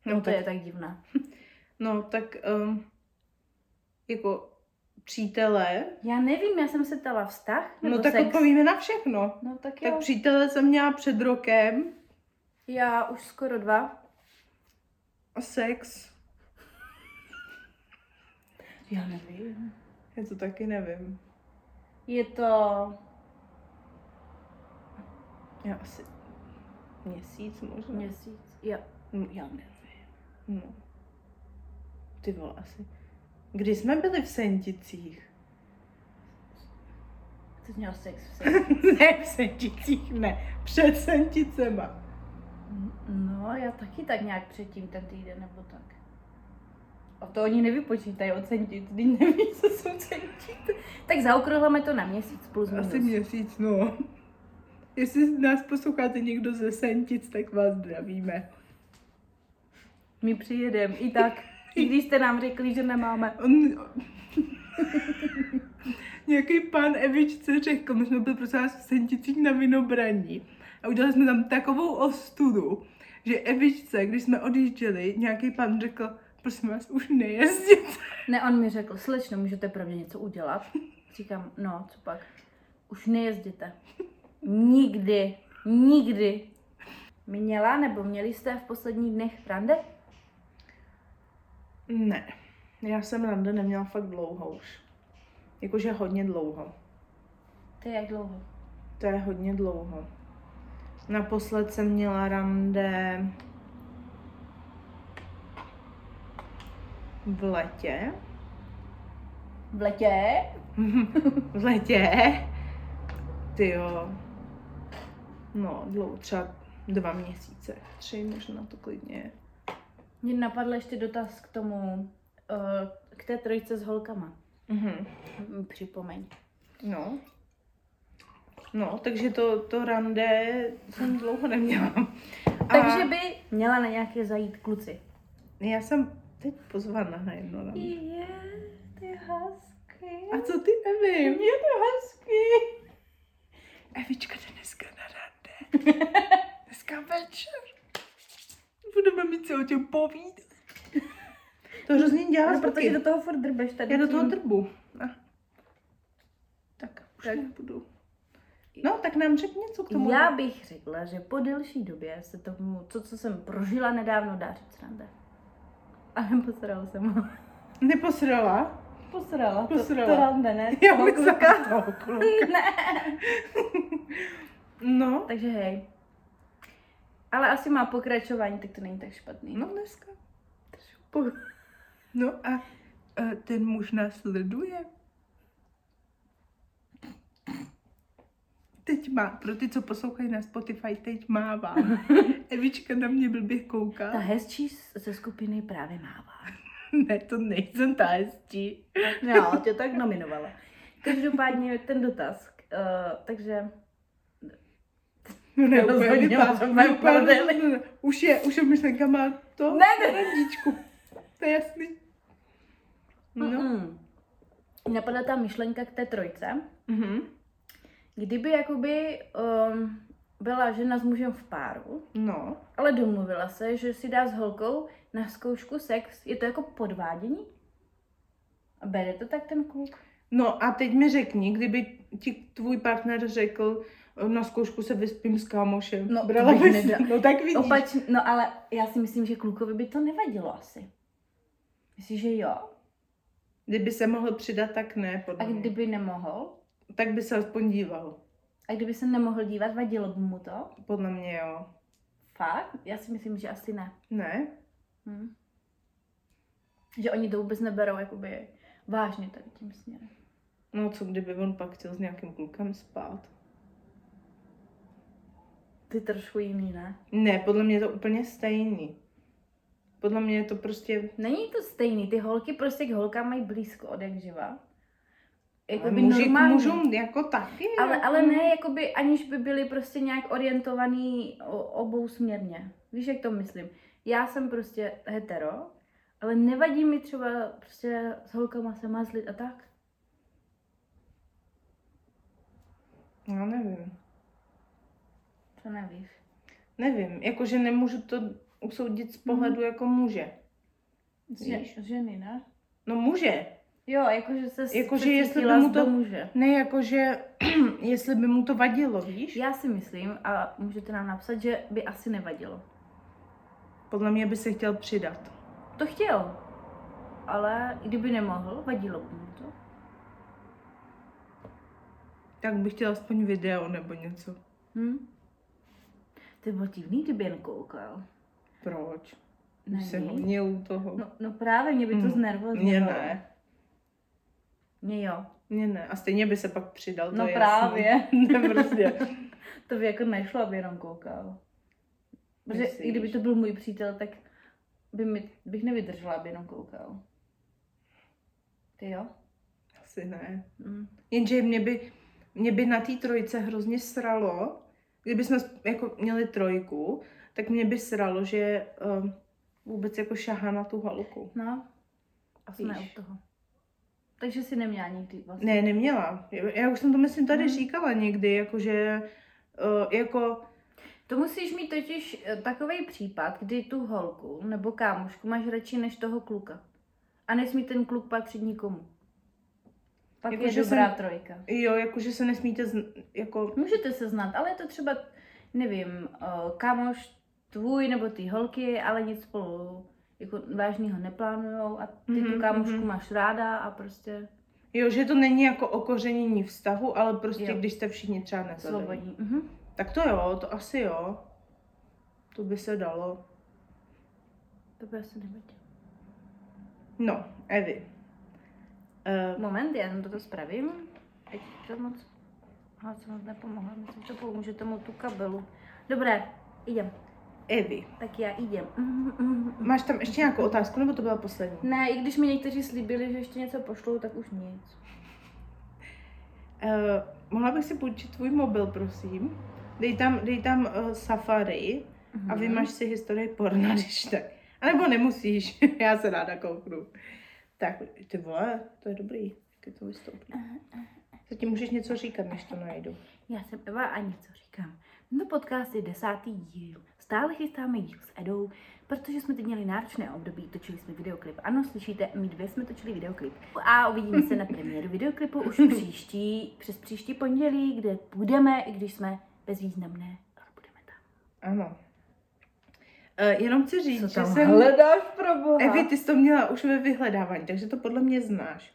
[SPEAKER 2] No,
[SPEAKER 1] no,
[SPEAKER 2] to
[SPEAKER 1] tak,
[SPEAKER 2] je tak divné.
[SPEAKER 1] no, tak um, jako přítelé,
[SPEAKER 2] Já nevím, já jsem se ptala vztah nebo
[SPEAKER 1] no tak
[SPEAKER 2] sex.
[SPEAKER 1] odpovíme na všechno.
[SPEAKER 2] No tak jo.
[SPEAKER 1] Tak přítele jsem měla před rokem
[SPEAKER 2] Já už skoro dva.
[SPEAKER 1] a sex,
[SPEAKER 2] Já nevím.
[SPEAKER 1] já to taky nevím.
[SPEAKER 2] Je to...
[SPEAKER 1] Já asi měsíc možná.
[SPEAKER 2] Měsíc. Já,
[SPEAKER 1] No, já nevím. No. Ty vole, asi. Kdy jsme byli v Senticích? (laughs)
[SPEAKER 2] Ty jsi měla sex v sexu.
[SPEAKER 1] ne, v Senticích ne. Před Senticema.
[SPEAKER 2] No, já taky tak nějak předtím ten týden nebo tak. A to oni nevypočítají ocenit, když neví, co jsou cenit. Tak zaokrouhleme to na měsíc plus minus.
[SPEAKER 1] Asi měsíc, no. (laughs) Jestli nás posloucháte někdo ze Sentic, tak vás zdravíme.
[SPEAKER 2] My přijedem i tak, i když jste nám řekli, že nemáme.
[SPEAKER 1] On... (laughs) Nějaký pan Evičce řekl, my jsme byli prostě vás v Senticích na vinobraní a udělali jsme tam takovou ostudu, že Evičce, když jsme odjížděli, nějaký pan řekl, prosím vás, už nejezděte.
[SPEAKER 2] Ne, on mi řekl, slečno, můžete pro mě něco udělat? Říkám, no, co pak? Už nejezděte. Nikdy, nikdy. Měla nebo měli jste v posledních dnech rande?
[SPEAKER 1] Ne, já jsem rande neměla fakt dlouho už. Jakože hodně dlouho.
[SPEAKER 2] To je jak dlouho?
[SPEAKER 1] To je hodně dlouho. Naposled jsem měla rande v letě.
[SPEAKER 2] V letě?
[SPEAKER 1] (laughs) v letě. Ty jo. No, dlouho, třeba dva měsíce, tři možná to klidně. je.
[SPEAKER 2] Mě napadl ještě dotaz k tomu, eh, k té trojice s holkama.
[SPEAKER 1] Mhm.
[SPEAKER 2] Mm, Připomeň.
[SPEAKER 1] No. No, takže to, to rande jsem dlouho neměla.
[SPEAKER 2] Takže by měla na nějaké zajít kluci.
[SPEAKER 1] Já jsem teď pozvaná na jedno rande.
[SPEAKER 2] Je, ty hezky.
[SPEAKER 1] A co ty, Evi?
[SPEAKER 2] Je to hezky.
[SPEAKER 1] Evička jde dneska na rande. (laughs) Dneska večer. Budeme mít se o těm povídat. To hrozně dělá
[SPEAKER 2] No,
[SPEAKER 1] zvuky.
[SPEAKER 2] protože do toho furt drbeš tady.
[SPEAKER 1] Já do
[SPEAKER 2] tím.
[SPEAKER 1] toho drbu. A. Tak, už
[SPEAKER 2] Tak.
[SPEAKER 1] tak. nebudu. No, tak nám řekni něco k tomu.
[SPEAKER 2] Já bych řekla, že po delší době se tomu, to, co jsem prožila nedávno, dá říct rande. Ale posrala jsem ho.
[SPEAKER 1] Neposrala.
[SPEAKER 2] Posrala.
[SPEAKER 1] Posrala.
[SPEAKER 2] To, to rande, ne?
[SPEAKER 1] Já
[SPEAKER 2] Toho
[SPEAKER 1] myslím,
[SPEAKER 2] kluka.
[SPEAKER 1] toho kluka.
[SPEAKER 2] ne.
[SPEAKER 1] No,
[SPEAKER 2] Takže hej. Ale asi má pokračování, tak to není tak špatný.
[SPEAKER 1] no dneska. Po... No a e, ten muž nás sleduje. Teď má, pro ty, co poslouchají na Spotify, teď
[SPEAKER 2] (laughs)
[SPEAKER 1] mávám. Evička na mě blbě kouká.
[SPEAKER 2] Ta hezčí z- ze skupiny právě mává.
[SPEAKER 1] Ne, to nejsem ta hezčí.
[SPEAKER 2] No, tě tak nominovala. Každopádně ten dotaz, uh, takže
[SPEAKER 1] No ne,
[SPEAKER 2] To
[SPEAKER 1] úplně
[SPEAKER 2] rozhodně
[SPEAKER 1] vypadá-
[SPEAKER 2] máš úplně v
[SPEAKER 1] vypadá-
[SPEAKER 2] prdeli.
[SPEAKER 1] Už je, už je myšlenka má to.
[SPEAKER 2] Ne, ne.
[SPEAKER 1] Randičku. To je jasný. No.
[SPEAKER 2] no. napadla ta myšlenka k té trojce,
[SPEAKER 1] Mhm.
[SPEAKER 2] kdyby jakoby um, byla žena s mužem v páru,
[SPEAKER 1] No.
[SPEAKER 2] ale domluvila se, že si dá s holkou na zkoušku sex, je to jako podvádění? A bere to tak ten kluk?
[SPEAKER 1] No a teď mi řekni, kdyby ti tvůj partner řekl, na zkoušku se vyspím s kámošem.
[SPEAKER 2] No, to
[SPEAKER 1] Brala
[SPEAKER 2] bych
[SPEAKER 1] bys-
[SPEAKER 2] nedala.
[SPEAKER 1] No tak vidíš.
[SPEAKER 2] Opač, no ale já si myslím, že klukovi by to nevadilo asi. Myslíš, že jo?
[SPEAKER 1] Kdyby se mohl přidat, tak ne,
[SPEAKER 2] A
[SPEAKER 1] podle mě.
[SPEAKER 2] kdyby nemohl?
[SPEAKER 1] Tak by se aspoň díval.
[SPEAKER 2] A kdyby se nemohl dívat, vadilo by mu to?
[SPEAKER 1] Podle mě jo.
[SPEAKER 2] Fakt? Já si myslím, že asi ne.
[SPEAKER 1] Ne?
[SPEAKER 2] Hm. Že oni to vůbec neberou jakoby vážně tady tím směrem.
[SPEAKER 1] No co kdyby on pak chtěl s nějakým klukem spát?
[SPEAKER 2] Ty trošku jiný, ne?
[SPEAKER 1] Ne, podle mě je to úplně stejný. Podle mě je to prostě
[SPEAKER 2] Není to stejný, ty holky prostě k holkám mají blízko od jak živa.
[SPEAKER 1] Ale
[SPEAKER 2] Jakoby
[SPEAKER 1] muži k
[SPEAKER 2] Jako normální.
[SPEAKER 1] mužům jako taky.
[SPEAKER 2] Ale,
[SPEAKER 1] jako.
[SPEAKER 2] ale ne, jakoby, aniž by byli prostě nějak orientovaný o- obou směrně. Víš, jak to myslím? Já jsem prostě hetero, ale nevadí mi třeba prostě s holkama se mazlit a tak.
[SPEAKER 1] Já nevím.
[SPEAKER 2] To nevíš.
[SPEAKER 1] Nevím, jakože nemůžu to usoudit z pohledu
[SPEAKER 2] Mhm.
[SPEAKER 1] jako muže.
[SPEAKER 2] Z žen- z ženy, ne?
[SPEAKER 1] No muže.
[SPEAKER 2] Jo, jakože se
[SPEAKER 1] Jakože jestli by
[SPEAKER 2] přecítila
[SPEAKER 1] mu
[SPEAKER 2] s
[SPEAKER 1] to-
[SPEAKER 2] muže.
[SPEAKER 1] Ne jakože, (clears throat) jestli by mu to vadilo, víš?
[SPEAKER 2] Já si myslím, a můžete nám napsat, že by asi nevadilo.
[SPEAKER 1] Podle mě by se chtěl přidat.
[SPEAKER 2] To chtěl, ale i kdyby nemohl, vadilo by mu to.
[SPEAKER 1] Tak bych chtěl aspoň video nebo něco.
[SPEAKER 2] Hm? To bylo divný, kdyby jen koukal.
[SPEAKER 1] Proč?
[SPEAKER 2] Na
[SPEAKER 1] Už se
[SPEAKER 2] něj.
[SPEAKER 1] honil u toho.
[SPEAKER 2] No, no právě mě by to
[SPEAKER 1] Hm,
[SPEAKER 2] znervoznilo.
[SPEAKER 1] Mně ne.
[SPEAKER 2] Mě jo.
[SPEAKER 1] Mně ne. A stejně by se pak přidal, to
[SPEAKER 2] No
[SPEAKER 1] je
[SPEAKER 2] právě.
[SPEAKER 1] Jasný. (laughs) Ne, prostě.
[SPEAKER 2] (laughs) To by jako nešlo, aby jenom koukal. Protože
[SPEAKER 1] Myslíš?
[SPEAKER 2] i kdyby to byl můj přítel, tak by mi, bych nevydržela, aby jenom koukal. Ty jo?
[SPEAKER 1] Asi ne.
[SPEAKER 2] Hm.
[SPEAKER 1] Jenže mě by, mě by na té trojce hrozně sralo, kdyby jsme sp- jako měli trojku, tak mě by sralo, že um, vůbec jako šahá na tu holku.
[SPEAKER 2] No, a jsme
[SPEAKER 1] Víš.
[SPEAKER 2] u toho. Takže si neměla nikdy vlastně.
[SPEAKER 1] Ne, neměla. Já už jsem to myslím tady
[SPEAKER 2] Hmm.
[SPEAKER 1] říkala někdy, jakože uh, jako
[SPEAKER 2] To musíš mít totiž eh, takový případ, kdy tu holku nebo kámošku máš radši než toho kluka. A nesmí ten kluk patřit nikomu. Pak
[SPEAKER 1] Jako,
[SPEAKER 2] je
[SPEAKER 1] že
[SPEAKER 2] dobrá
[SPEAKER 1] jsem-
[SPEAKER 2] trojka.
[SPEAKER 1] jo, jakože se nesmíte zn- jako
[SPEAKER 2] Můžete se znát, ale je to třeba, nevím, eh, kámoš tvůj nebo ty holky, ale nic spolu jako vážného neplánujou a ty mm-hmm, tu
[SPEAKER 1] Mhm,
[SPEAKER 2] kámošku
[SPEAKER 1] mhm.
[SPEAKER 2] máš ráda a prostě
[SPEAKER 1] jo, že to není jako okořenění vztahu, ale prostě
[SPEAKER 2] Jo.
[SPEAKER 1] když jste všichni třeba nezadení.
[SPEAKER 2] svobodní. Mhm.
[SPEAKER 1] Tak to jo, to asi jo. To by se dalo.
[SPEAKER 2] To by asi nevadilo.
[SPEAKER 1] No, Evi. Uh,
[SPEAKER 2] Moment, já jenom toto spravím. Ať to moc... Aha, co moc nepomohlo, myslím, že to pomůže tomu tu kabelu. Dobré, jdem.
[SPEAKER 1] Evi.
[SPEAKER 2] Tak já jdem. Mm, mm, mm.
[SPEAKER 1] Máš tam ještě nějakou otázku, nebo to byla poslední?
[SPEAKER 2] Ne, i když mi někteří slíbili, že ještě něco pošlou, tak už nic.
[SPEAKER 1] Eh, mohla bych si půjčit tvůj mobil, prosím? Dej tam, dej tam eh, Safari a
[SPEAKER 2] Mhm.
[SPEAKER 1] vymaž si historii porna, (laughs) když tak. A nebo nemusíš, (laughs) já se ráda kouknu. Tak, ty vole, to je dobrý, jak je to vystoupí. Zatím můžeš něco říkat, než to najdu.
[SPEAKER 2] Já jsem Eva a něco říkám. No podcast je desátý díl. Stále chystáme díl s Edou, protože jsme teď měli náročné období, točili jsme videoklip. Ano, slyšíte, my dvě jsme točili videoklip. A uvidíme se na premiéru videoklipu už příští, přes příští pondělí, kde budeme, i když jsme bezvýznamné, ale budeme tam.
[SPEAKER 1] Ano. Eh, jenom chci říct, že jsem...
[SPEAKER 2] hledáš pro boha?
[SPEAKER 1] Evi, ty jsi to měla už ve vyhledávání, takže to podle mě znáš.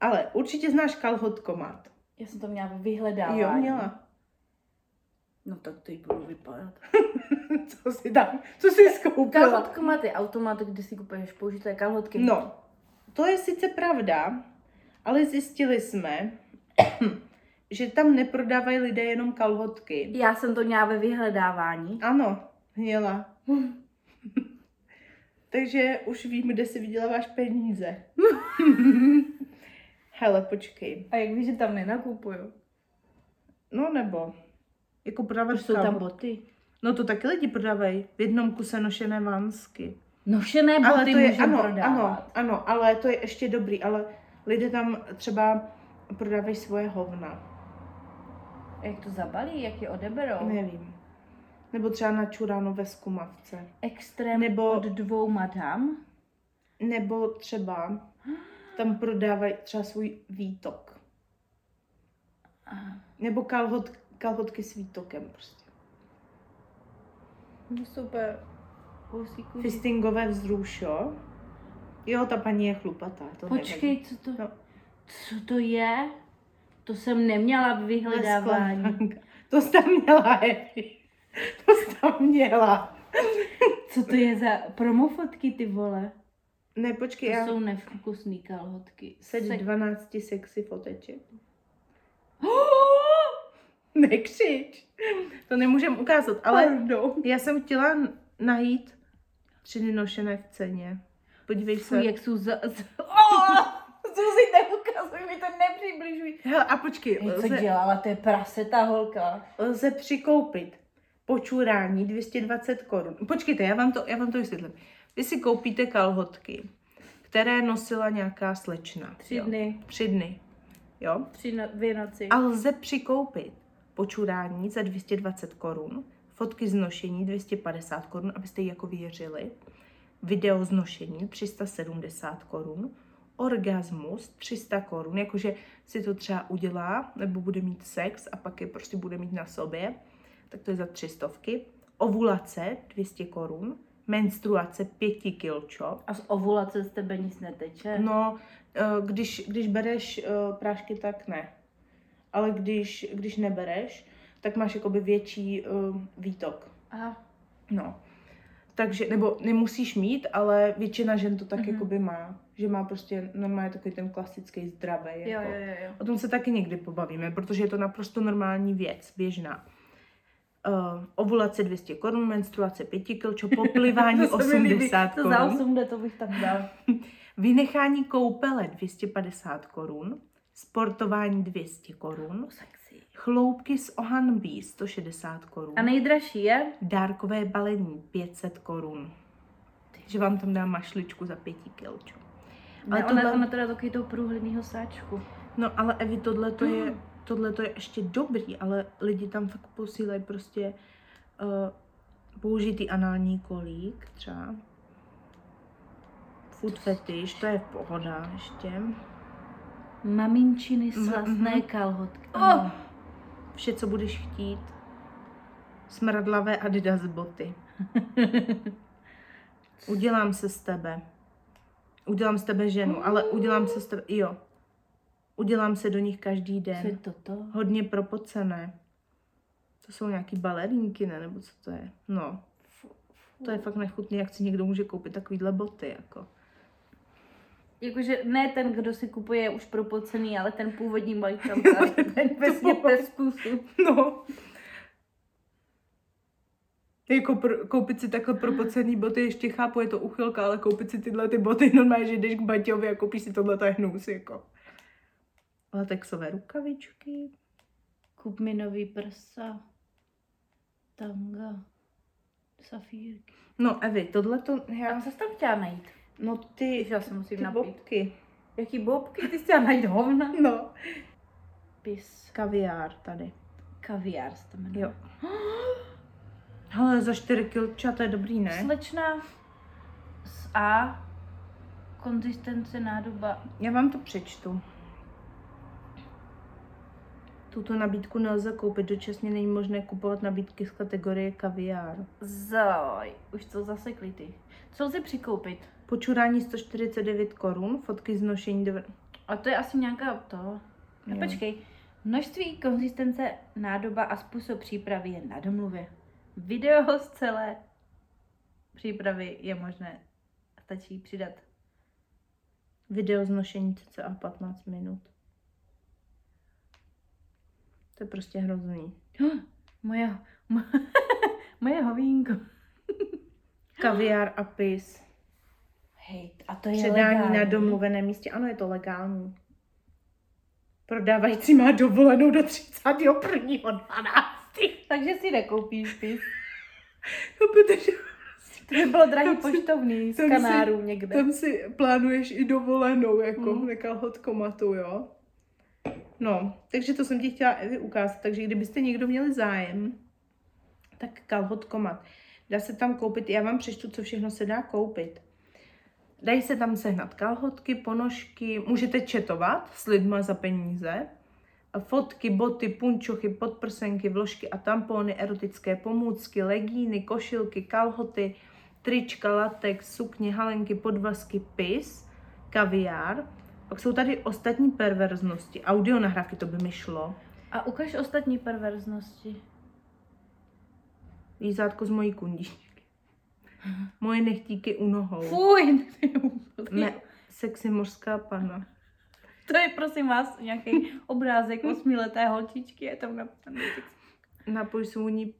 [SPEAKER 1] Ale určitě znáš kalhotkomat.
[SPEAKER 2] Já jsem to měla vyhledávání.
[SPEAKER 1] Jo, měla. (laughs)
[SPEAKER 2] No tak teď budu vypadat.
[SPEAKER 1] Co si tam, co jsi skoupila?
[SPEAKER 2] Kalhotka má ty automat, kde si kupuješ použité kalhotky.
[SPEAKER 1] No, to je sice pravda, ale zjistili jsme, (clears throat) že tam neprodávají lidé jenom kalhotky.
[SPEAKER 2] Já jsem to měla ve vyhledávání.
[SPEAKER 1] Ano, hněla. (laughs) Takže už vím, kde si vyděláváš peníze. (laughs) Hele, počkej.
[SPEAKER 2] A jak víš, že tam nenakupuju?
[SPEAKER 1] No nebo, jako prodáváš
[SPEAKER 2] Už jsou
[SPEAKER 1] kalho-
[SPEAKER 2] tam boty.
[SPEAKER 1] No to taky lidi prodávají. V jednom kuse nošené vánsky.
[SPEAKER 2] Nošené boty
[SPEAKER 1] ale to je,
[SPEAKER 2] můžu
[SPEAKER 1] ano,
[SPEAKER 2] prodávat.
[SPEAKER 1] ano, ano, ale to je ještě dobrý, ale lidé tam třeba prodávají svoje hovna.
[SPEAKER 2] A Jak to zabalí, jak je odeberou?
[SPEAKER 1] Nevím. Nebo třeba na čuráno ve skumavce.
[SPEAKER 2] Extrém
[SPEAKER 1] Nebo-
[SPEAKER 2] od dvou madam.
[SPEAKER 1] Nebo třeba tam prodávají třeba svůj výtok. Nebo kalhot, kalhotky s výtokem prostě.
[SPEAKER 2] No super. Kousíku.
[SPEAKER 1] Fistingové vzrušo. Jo, ta paní je chlupatá. To nevadí.
[SPEAKER 2] Počkej, co to,
[SPEAKER 1] No.
[SPEAKER 2] co to je? To jsem neměla ve vyhledávání.
[SPEAKER 1] Sklepanka. To jsi tam měla, Evi. To jsi tam měla.
[SPEAKER 2] (laughs) Co to je za promofotky, ty vole?
[SPEAKER 1] Ne, počkej,
[SPEAKER 2] To
[SPEAKER 1] já
[SPEAKER 2] jsou nevkusný kalhotky.
[SPEAKER 1] seď
[SPEAKER 2] (gasps)
[SPEAKER 1] 12 sexy foteček.
[SPEAKER 2] Oh!
[SPEAKER 1] Nekřič. To nemůžem ukázat, ale já jsem chtěla najít třiny nošené v ceně. Podívej se.
[SPEAKER 2] Fuj, jak jsou
[SPEAKER 1] (laughs)
[SPEAKER 2] za... (laughs) za- Oh! Zuzi, neukazuj mi to, nepřibližuj.
[SPEAKER 1] Hele, a počkej,
[SPEAKER 2] Hej, co
[SPEAKER 1] lze,
[SPEAKER 2] dělala, to je prase ta holka.
[SPEAKER 1] lze přikoupit počurání 220 korun. Počkejte, já vám, to, já vám to vysvětlím. Vy si koupíte kalhotky, které nosila nějaká slečna.
[SPEAKER 2] Tři
[SPEAKER 1] jo.
[SPEAKER 2] dny,
[SPEAKER 1] Tři dny. Jo?
[SPEAKER 2] tři no, dvě noci.
[SPEAKER 1] A lze přikoupit počurání za 220 korun, fotky z nošení 250 korun, abyste jí jako věřili, video z nošení 370 korun, orgasmus 300 korun, jakože si to třeba udělá, nebo bude mít sex a pak je prostě bude mít na sobě, tak to je za 300. Ovulace 200 korun, menstruace 5 kilčo,
[SPEAKER 2] A z ovulace z tebe nic neteče.
[SPEAKER 1] No, eh, když, když bereš eh, prášky, tak ne. Ale když, když nebereš, tak máš jakoby větší eh, výtok.
[SPEAKER 2] Aha.
[SPEAKER 1] No. Takže, nebo nemusíš mít, ale většina žen to tak
[SPEAKER 2] Mhm.
[SPEAKER 1] mm-hmm. jakoby má. Že má prostě normálně takový ten klasický zdravý.
[SPEAKER 2] Jo,
[SPEAKER 1] jako.
[SPEAKER 2] jo, jo, jo.
[SPEAKER 1] O tom se taky někdy pobavíme, protože je to naprosto normální věc, běžná. Uh, ovulace 200 korun, menstruace 5 kilčo, poplivání
[SPEAKER 2] (laughs) To se mi líbí.
[SPEAKER 1] 80
[SPEAKER 2] To za
[SPEAKER 1] korun.
[SPEAKER 2] 8 jde, to bych tam dal.
[SPEAKER 1] Vynechání koupele 250 korun, sportování 200 korun,
[SPEAKER 2] Sexy.
[SPEAKER 1] chloupky z ohanbí 160 korun,
[SPEAKER 2] A nejdražší je?
[SPEAKER 1] dárkové balení 500 korun. Že vám tam dám mašličku za pěti kilčů. Ale
[SPEAKER 2] Ale ne,
[SPEAKER 1] tohle-
[SPEAKER 2] ona, ona teda takový toho průhlednýho sáčku.
[SPEAKER 1] No ale Evi, tohle to je,
[SPEAKER 2] Mhm.
[SPEAKER 1] tohle to je ještě dobrý, ale lidi tam fakt posílají prostě uh, použitý anální kolík třeba. Food fetish, to je pohoda ještě.
[SPEAKER 2] Maminčiny
[SPEAKER 1] mhm.
[SPEAKER 2] slasné kalhotky.
[SPEAKER 1] Oh! Vše, co budeš chtít. Smradlavé Adidas boty. (laughs) Udělám se z tebe. Udělám z tebe ženu, ale udělám se z tebe, jo. Udělám se do nich každý
[SPEAKER 2] Co je
[SPEAKER 1] den.
[SPEAKER 2] toto?
[SPEAKER 1] Hodně propocené. To jsou nějaký balerínky, ne? Nebo co to je? No, to je fakt nechutný, jak si někdo může koupit takovýhle boty, jako.
[SPEAKER 2] Jakože ne ten, kdo si kupuje už propocený, ale ten původní mají tam
[SPEAKER 1] (laughs)
[SPEAKER 2] tady ten vesně bez vkusu.
[SPEAKER 1] No. Jako pro, koupit si takhle propocený boty, ještě chápu, je to uchylka, ale koupit si tyhle ty boty, no, normálně, že jdeš k Baťovi a koupíš si tohle, to je hnus, jako. Latexové rukavičky.
[SPEAKER 2] Kup mi nový prsa. Tanga. Safírky.
[SPEAKER 1] No Evi, tohle to,
[SPEAKER 2] Já
[SPEAKER 1] já,
[SPEAKER 2] jsem se tam chtěla najít.
[SPEAKER 1] no
[SPEAKER 2] Když
[SPEAKER 1] ty,
[SPEAKER 2] já se musím
[SPEAKER 1] ty
[SPEAKER 2] napít.
[SPEAKER 1] bobky.
[SPEAKER 2] Jaký bobky? Ty jsi chtěla najít hovna?
[SPEAKER 1] No.
[SPEAKER 2] Pis.
[SPEAKER 1] Kaviár tady.
[SPEAKER 2] Kaviár se to jmenuje.
[SPEAKER 1] (gasps) Jo. Hele, za 4 kilča, to je dobrý, ne?
[SPEAKER 2] Slečna s A. Konzistence nádoba.
[SPEAKER 1] Já vám to přečtu. Tuto nabídku nelze koupit, dočasně není možné kupovat nabídky z kategorie kaviár.
[SPEAKER 2] Zoj. Už to zasekli ty. Co lze přikoupit?
[SPEAKER 1] Počurání 149 korun, fotky z nošení... Dv...
[SPEAKER 2] A to je asi nějaká to. A
[SPEAKER 1] Jo.
[SPEAKER 2] počkej, množství, konzistence, nádoba a způsob přípravy je na domluvě. Video z celé přípravy je možné. Stačí přidat.
[SPEAKER 1] Video z nošení cca 15 minut. To je prostě
[SPEAKER 2] (gasps)
[SPEAKER 1] hrozný.
[SPEAKER 2] Moje,
[SPEAKER 1] (laughs)
[SPEAKER 2] mo, moje hovínko.
[SPEAKER 1] Kaviár a pis.
[SPEAKER 2] Hej, a to je
[SPEAKER 1] Předání na domluveném místě. Ano, je to legální. Prodávající má dovolenou do 31.12.
[SPEAKER 2] Takže si nekoupíš pis.
[SPEAKER 1] Chápete, že
[SPEAKER 2] To by bylo
[SPEAKER 1] (laughs)
[SPEAKER 2] drahý
[SPEAKER 1] Tam si-
[SPEAKER 2] poštovný
[SPEAKER 1] tam
[SPEAKER 2] z
[SPEAKER 1] si-
[SPEAKER 2] Kanárů někde.
[SPEAKER 1] Tam si plánuješ i dovolenou, jako
[SPEAKER 2] Mm.
[SPEAKER 1] hmm. nekalhotkomatu, jo. No, takže to jsem ti chtěla Evi ukázat. Takže kdybyste někdo měli zájem, tak kalhotkomat. Dá se tam koupit, já vám přečtu, co všechno se dá koupit. Dají se tam sehnat kalhotky, ponožky, můžete četovat s lidma za peníze. Fotky, boty, punčochy, podprsenky, vložky a tampony, erotické pomůcky, legíny, košilky, kalhoty, trička, latex, sukně, halenky, podvazky, pis, kaviár. Pak jsou tady ostatní perverznosti. Audio nahrávky, to by mi šlo.
[SPEAKER 2] A ukaž ostatní perverznosti.
[SPEAKER 1] Lízátko z mojí kundíčky. Moje nechtíky u nohou.
[SPEAKER 2] Fuj, to je úplný.
[SPEAKER 1] No. Ne, sexy mořská pana.
[SPEAKER 2] To je prosím vás nějaký obrázek osmileté holčičky, je tam napsaný text.
[SPEAKER 1] Napoj svůní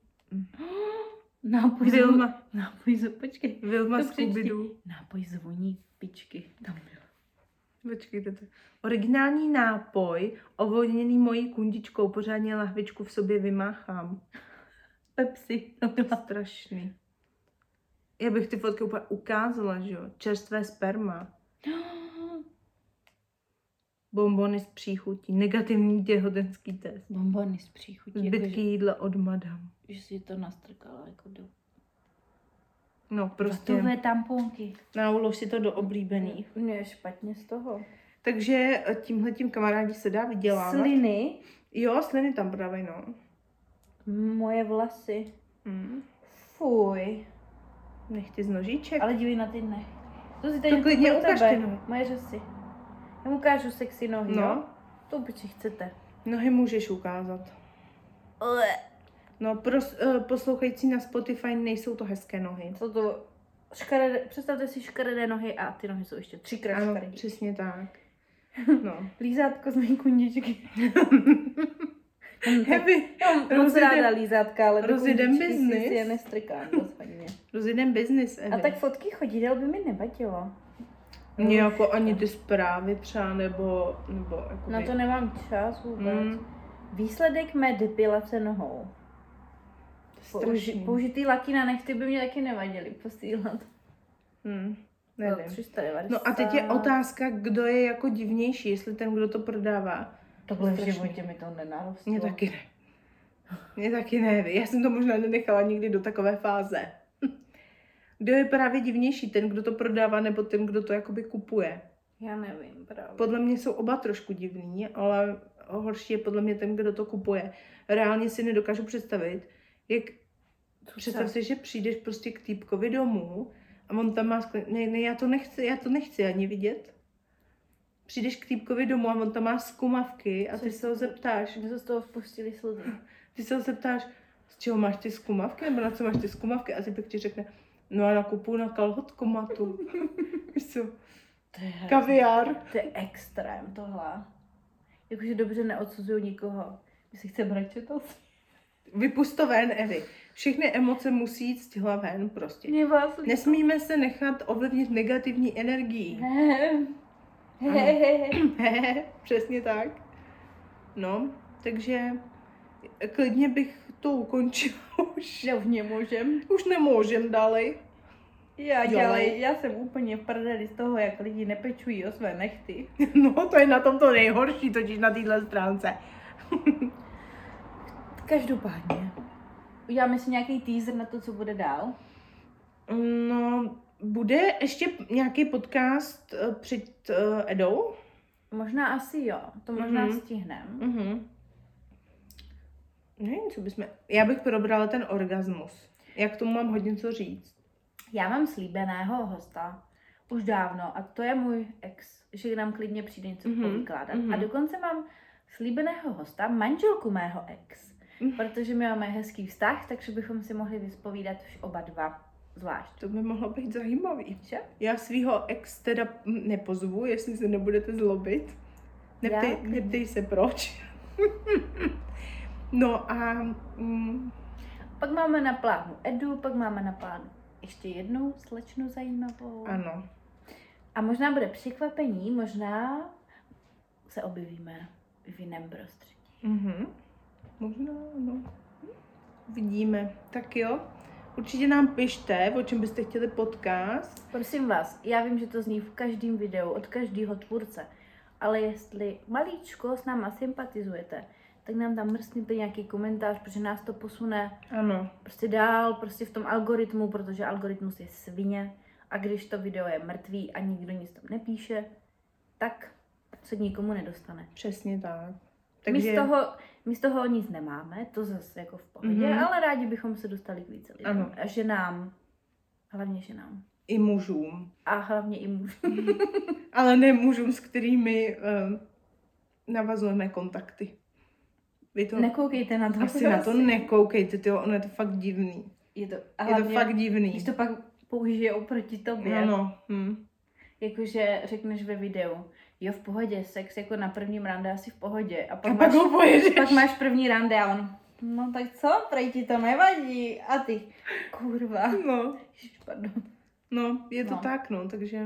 [SPEAKER 2] Nápoj zvoní,
[SPEAKER 1] Vilma,
[SPEAKER 2] nápoj zvoní, počkej.
[SPEAKER 1] Vilma
[SPEAKER 2] To
[SPEAKER 1] z
[SPEAKER 2] přečti.
[SPEAKER 1] Kubidu.
[SPEAKER 2] Nápoj zvoní pičky, tam bylo.
[SPEAKER 1] Počkejte to. Originální nápoj, ovlivněný mojí kundičkou, pořádně lahvičku v sobě vymáchám.
[SPEAKER 2] Pepsi, tam
[SPEAKER 1] To je
[SPEAKER 2] byla.
[SPEAKER 1] strašný. Já bych ty fotky úplně ukázala, že jo? Čerstvé sperma, bombony s příchutí, negativní těhotenský
[SPEAKER 2] Jako,
[SPEAKER 1] test,
[SPEAKER 2] (gasps) Bombony z příchutí,
[SPEAKER 1] zbytky
[SPEAKER 2] jako,
[SPEAKER 1] jídla od madam.
[SPEAKER 2] že, že, si to nastrkala jako do
[SPEAKER 1] No prostě,
[SPEAKER 2] vatové tamponky.
[SPEAKER 1] naulov si to do oblíbených.
[SPEAKER 2] Mně je špatně z toho.
[SPEAKER 1] Takže eh, tímhle tím kamarádi se dá vydělávat.
[SPEAKER 2] Sliny,
[SPEAKER 1] Jo, sliny tam právě, no.
[SPEAKER 2] moje vlasy.
[SPEAKER 1] Mm.
[SPEAKER 2] Fuj.
[SPEAKER 1] Nechty z nožíček.
[SPEAKER 2] Ale dívej na ty ne. To no. si tady
[SPEAKER 1] To
[SPEAKER 2] něco
[SPEAKER 1] klidně
[SPEAKER 2] pro
[SPEAKER 1] ukaž
[SPEAKER 2] tebe.
[SPEAKER 1] ty nohy.
[SPEAKER 2] Moje řasy. Já mu ukážu sexy nohy, jo?
[SPEAKER 1] No,
[SPEAKER 2] To určitě chcete.
[SPEAKER 1] nohy můžeš ukázat. No, pro uh, poslouchající na Spotify nejsou to hezké nohy.
[SPEAKER 2] Co to? Škaredé, představte si škaredé nohy a ty nohy jsou ještě třikrát
[SPEAKER 1] Ano,
[SPEAKER 2] škaredé.
[SPEAKER 1] přesně
[SPEAKER 2] (laughs)
[SPEAKER 1] tak. No. (laughs)
[SPEAKER 2] Lízátko z mé kundičky.
[SPEAKER 1] Heavy.
[SPEAKER 2] Já mám moc
[SPEAKER 1] Rozjedem-
[SPEAKER 2] Hm, ráda lízátka, ale do
[SPEAKER 1] rozjedem
[SPEAKER 2] kundičky si-
[SPEAKER 1] business.
[SPEAKER 2] si je nestrkám rozhodně.
[SPEAKER 1] Rozjedem business, Evi.
[SPEAKER 2] A tak fotky chodidel by mi nevadilo.
[SPEAKER 1] Mě jako ani ty zprávy třeba, nebo, nebo jako
[SPEAKER 2] Na to nemám čas vůbec.
[SPEAKER 1] Mm.
[SPEAKER 2] Výsledek mé depilace nohou. Použi,
[SPEAKER 1] strašný.
[SPEAKER 2] použitý laky na nechty by mě taky nevadily posílat.
[SPEAKER 1] Hm,
[SPEAKER 2] Za
[SPEAKER 1] nevím.
[SPEAKER 2] 390.
[SPEAKER 1] No a teď je otázka, kdo je jako divnější, jestli ten, kdo to prodává.
[SPEAKER 2] Tohle v
[SPEAKER 1] Strašný.
[SPEAKER 2] životě mi to nenarostlo.
[SPEAKER 1] Mně taky ne. Mně taky ne, Evi. já jsem to možná nenechala nikdy do takové fáze. (laughs) Kdo je právě divnější, ten, kdo to prodává, nebo ten, kdo to jakoby kupuje?
[SPEAKER 2] Já nevím, právě.
[SPEAKER 1] Podle mě jsou oba trošku divný, ale horší je podle mě ten, kdo to kupuje. Reálně si nedokážu představit, jak
[SPEAKER 2] Co
[SPEAKER 1] představ si, že přijdeš prostě k týpkovi domů a on tam má sklen... ne, ne, já to nechci, já to nechci ani vidět. Přijdeš k týpkovi domů a on tam má skumavky a ty
[SPEAKER 2] Co-
[SPEAKER 1] se ho zeptáš,
[SPEAKER 2] Mě se z toho vpustili slzy.
[SPEAKER 1] ty se ho zeptáš, z čeho máš ty skumavky, nebo na co máš ty skumavky a typek ti řekne, no a nakupuju na kalhotkomatu. (laughs) Víš co,
[SPEAKER 2] To je hrozný.
[SPEAKER 1] kaviár.
[SPEAKER 2] To je extrém tohle. Jakože dobře neodsuzuju nikoho. Když si chce brečet, to si-
[SPEAKER 1] Vypust to ven, Evi. Všechny emoce musí jít z těla ven prostě.
[SPEAKER 2] mě vás líto.
[SPEAKER 1] Nesmíme se nechat ovlivnit negativní energií. (laughs)
[SPEAKER 2] Ne. He, he, he, he.
[SPEAKER 1] Přesně tak. No, takže klidně bych to ukončila už.
[SPEAKER 2] Já už nemůžem.
[SPEAKER 1] Už nemůžem dále.
[SPEAKER 2] Já,
[SPEAKER 1] Jo.
[SPEAKER 2] dělej, já jsem úplně v prdeli z toho, jak lidi nepečují o své nechty.
[SPEAKER 1] (laughs) No, to je na tom to nejhorší, totiž na téhle stránce.
[SPEAKER 2] Každopádně. Uděláme si nějaký teaser na to, co bude dál.
[SPEAKER 1] No, bude ještě nějaký podcast eh, před eh, Edou?
[SPEAKER 2] Možná asi jo, to možná
[SPEAKER 1] Mhm.
[SPEAKER 2] mm-hmm. stihneme.
[SPEAKER 1] Mhm. Nevím, co bychom... Já bych probrala ten orgasmus. Já k tomu mám hodně co říct.
[SPEAKER 2] Já mám slíbeného hosta. už dávno a to je můj ex, že nám klidně přijde něco
[SPEAKER 1] Mhm,
[SPEAKER 2] mm-hmm. povykládat.
[SPEAKER 1] mhm.
[SPEAKER 2] Mm-hmm. A dokonce mám slíbeného hosta, manželku mého ex,
[SPEAKER 1] Mhm.
[SPEAKER 2] protože my máme hezký vztah, takže bychom si mohli vyspovídat už oba dva zvlášť.
[SPEAKER 1] To by mohlo být zajímavý.
[SPEAKER 2] Že?
[SPEAKER 1] Já svého ex teda mm, nepozvu, jestli se nebudete zlobit. Neptej,
[SPEAKER 2] Já? Klidně.
[SPEAKER 1] neptej se proč. (laughs) no a mm,
[SPEAKER 2] Pak máme na plánu Edu, pak máme na plánu ještě jednu slečnu zajímavou.
[SPEAKER 1] ano,
[SPEAKER 2] A možná bude překvapení, možná se objevíme v jiném prostředí.
[SPEAKER 1] Mhm. Možná, no. Vidíme. Tak jo. Určitě nám pište, o čem byste chtěli podcast.
[SPEAKER 2] Prosím vás, já vím, že to zní v každém videu od každého tvůrce, ale jestli malíčko s náma sympatizujete, tak nám tam mrskněte nějaký komentář, protože nás to posune
[SPEAKER 1] Ano.
[SPEAKER 2] prostě dál, prostě v tom algoritmu, protože algoritmus je svině a když to video je mrtvý a nikdo nic tam nepíše, tak se nikomu nedostane.
[SPEAKER 1] Přesně tak.
[SPEAKER 2] Takže... My, z toho, my z toho nic nemáme, to zase jako v pohodě,
[SPEAKER 1] Mhm.
[SPEAKER 2] mm-hmm. ale rádi bychom se dostali k více lidem.
[SPEAKER 1] Ano.
[SPEAKER 2] A ženám, hlavně ženám.
[SPEAKER 1] i mužům.
[SPEAKER 2] A hlavně i mužům.
[SPEAKER 1] (laughs) Ale ne mužům, s kterými um, navazujeme kontakty. Vy to
[SPEAKER 2] Nekoukejte na to. (laughs)
[SPEAKER 1] asi na to nekoukejte, tyjo, ono je to fakt divný.
[SPEAKER 2] Je to, a
[SPEAKER 1] A je to
[SPEAKER 2] hlavně,
[SPEAKER 1] fakt divný.
[SPEAKER 2] když to pak použije oproti
[SPEAKER 1] no,
[SPEAKER 2] tobě,
[SPEAKER 1] no. Hm.
[SPEAKER 2] jakože řekneš ve videu, jo v pohodě, sex jako na prvním rande asi v pohodě. A pak,
[SPEAKER 1] A pak
[SPEAKER 2] máš,
[SPEAKER 1] ho pojedeš.
[SPEAKER 2] pak máš první rande a on, no tak co, prej ti to nevadí. A ty, kurva,
[SPEAKER 1] No.
[SPEAKER 2] Ježiš, pardon.
[SPEAKER 1] No, je to
[SPEAKER 2] No.
[SPEAKER 1] tak, no, takže...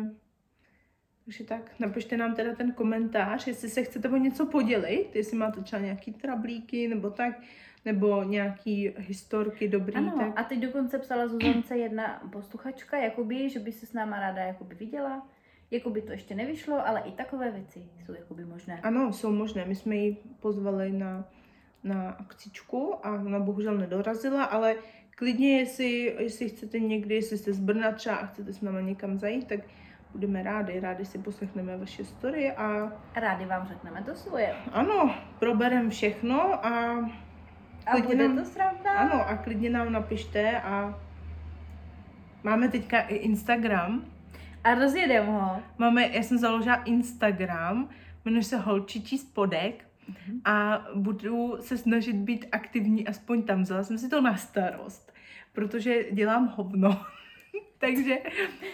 [SPEAKER 1] Takže tak, napište nám teda ten komentář, jestli se chcete o něco podělit, jestli máte třeba nějaký trablíky nebo tak, nebo nějaký historky dobrý,
[SPEAKER 2] Ano,
[SPEAKER 1] tak...
[SPEAKER 2] a teď dokonce psala Zuzance jedna posluchačka, jakoby, že by se s náma ráda jakoby viděla. Jakoby to ještě nevyšlo, ale i takové věci jsou jakoby možné.
[SPEAKER 1] Ano, jsou možné, my jsme ji pozvali na, na akcičku a ona bohužel nedorazila, ale klidně, jestli, jestli chcete někdy, jestli jste z Brna třeba a chcete s náma někam zajít, tak budeme rádi, rádi si poslechneme vaše story a
[SPEAKER 2] A rádi vám řekneme to svoje.
[SPEAKER 1] ano, probereme všechno a
[SPEAKER 2] A
[SPEAKER 1] Klidně
[SPEAKER 2] bude
[SPEAKER 1] nám-
[SPEAKER 2] to sranda.
[SPEAKER 1] Ano, a klidně nám napište a máme teďka i Instagram.
[SPEAKER 2] A rozjedem ho.
[SPEAKER 1] Máme, já jsem založila Instagram, jmenuje se Holčičí spodek a budu se snažit být aktivní aspoň tam. Vzala jsem si to na starost, protože dělám hovno. (laughs) Takže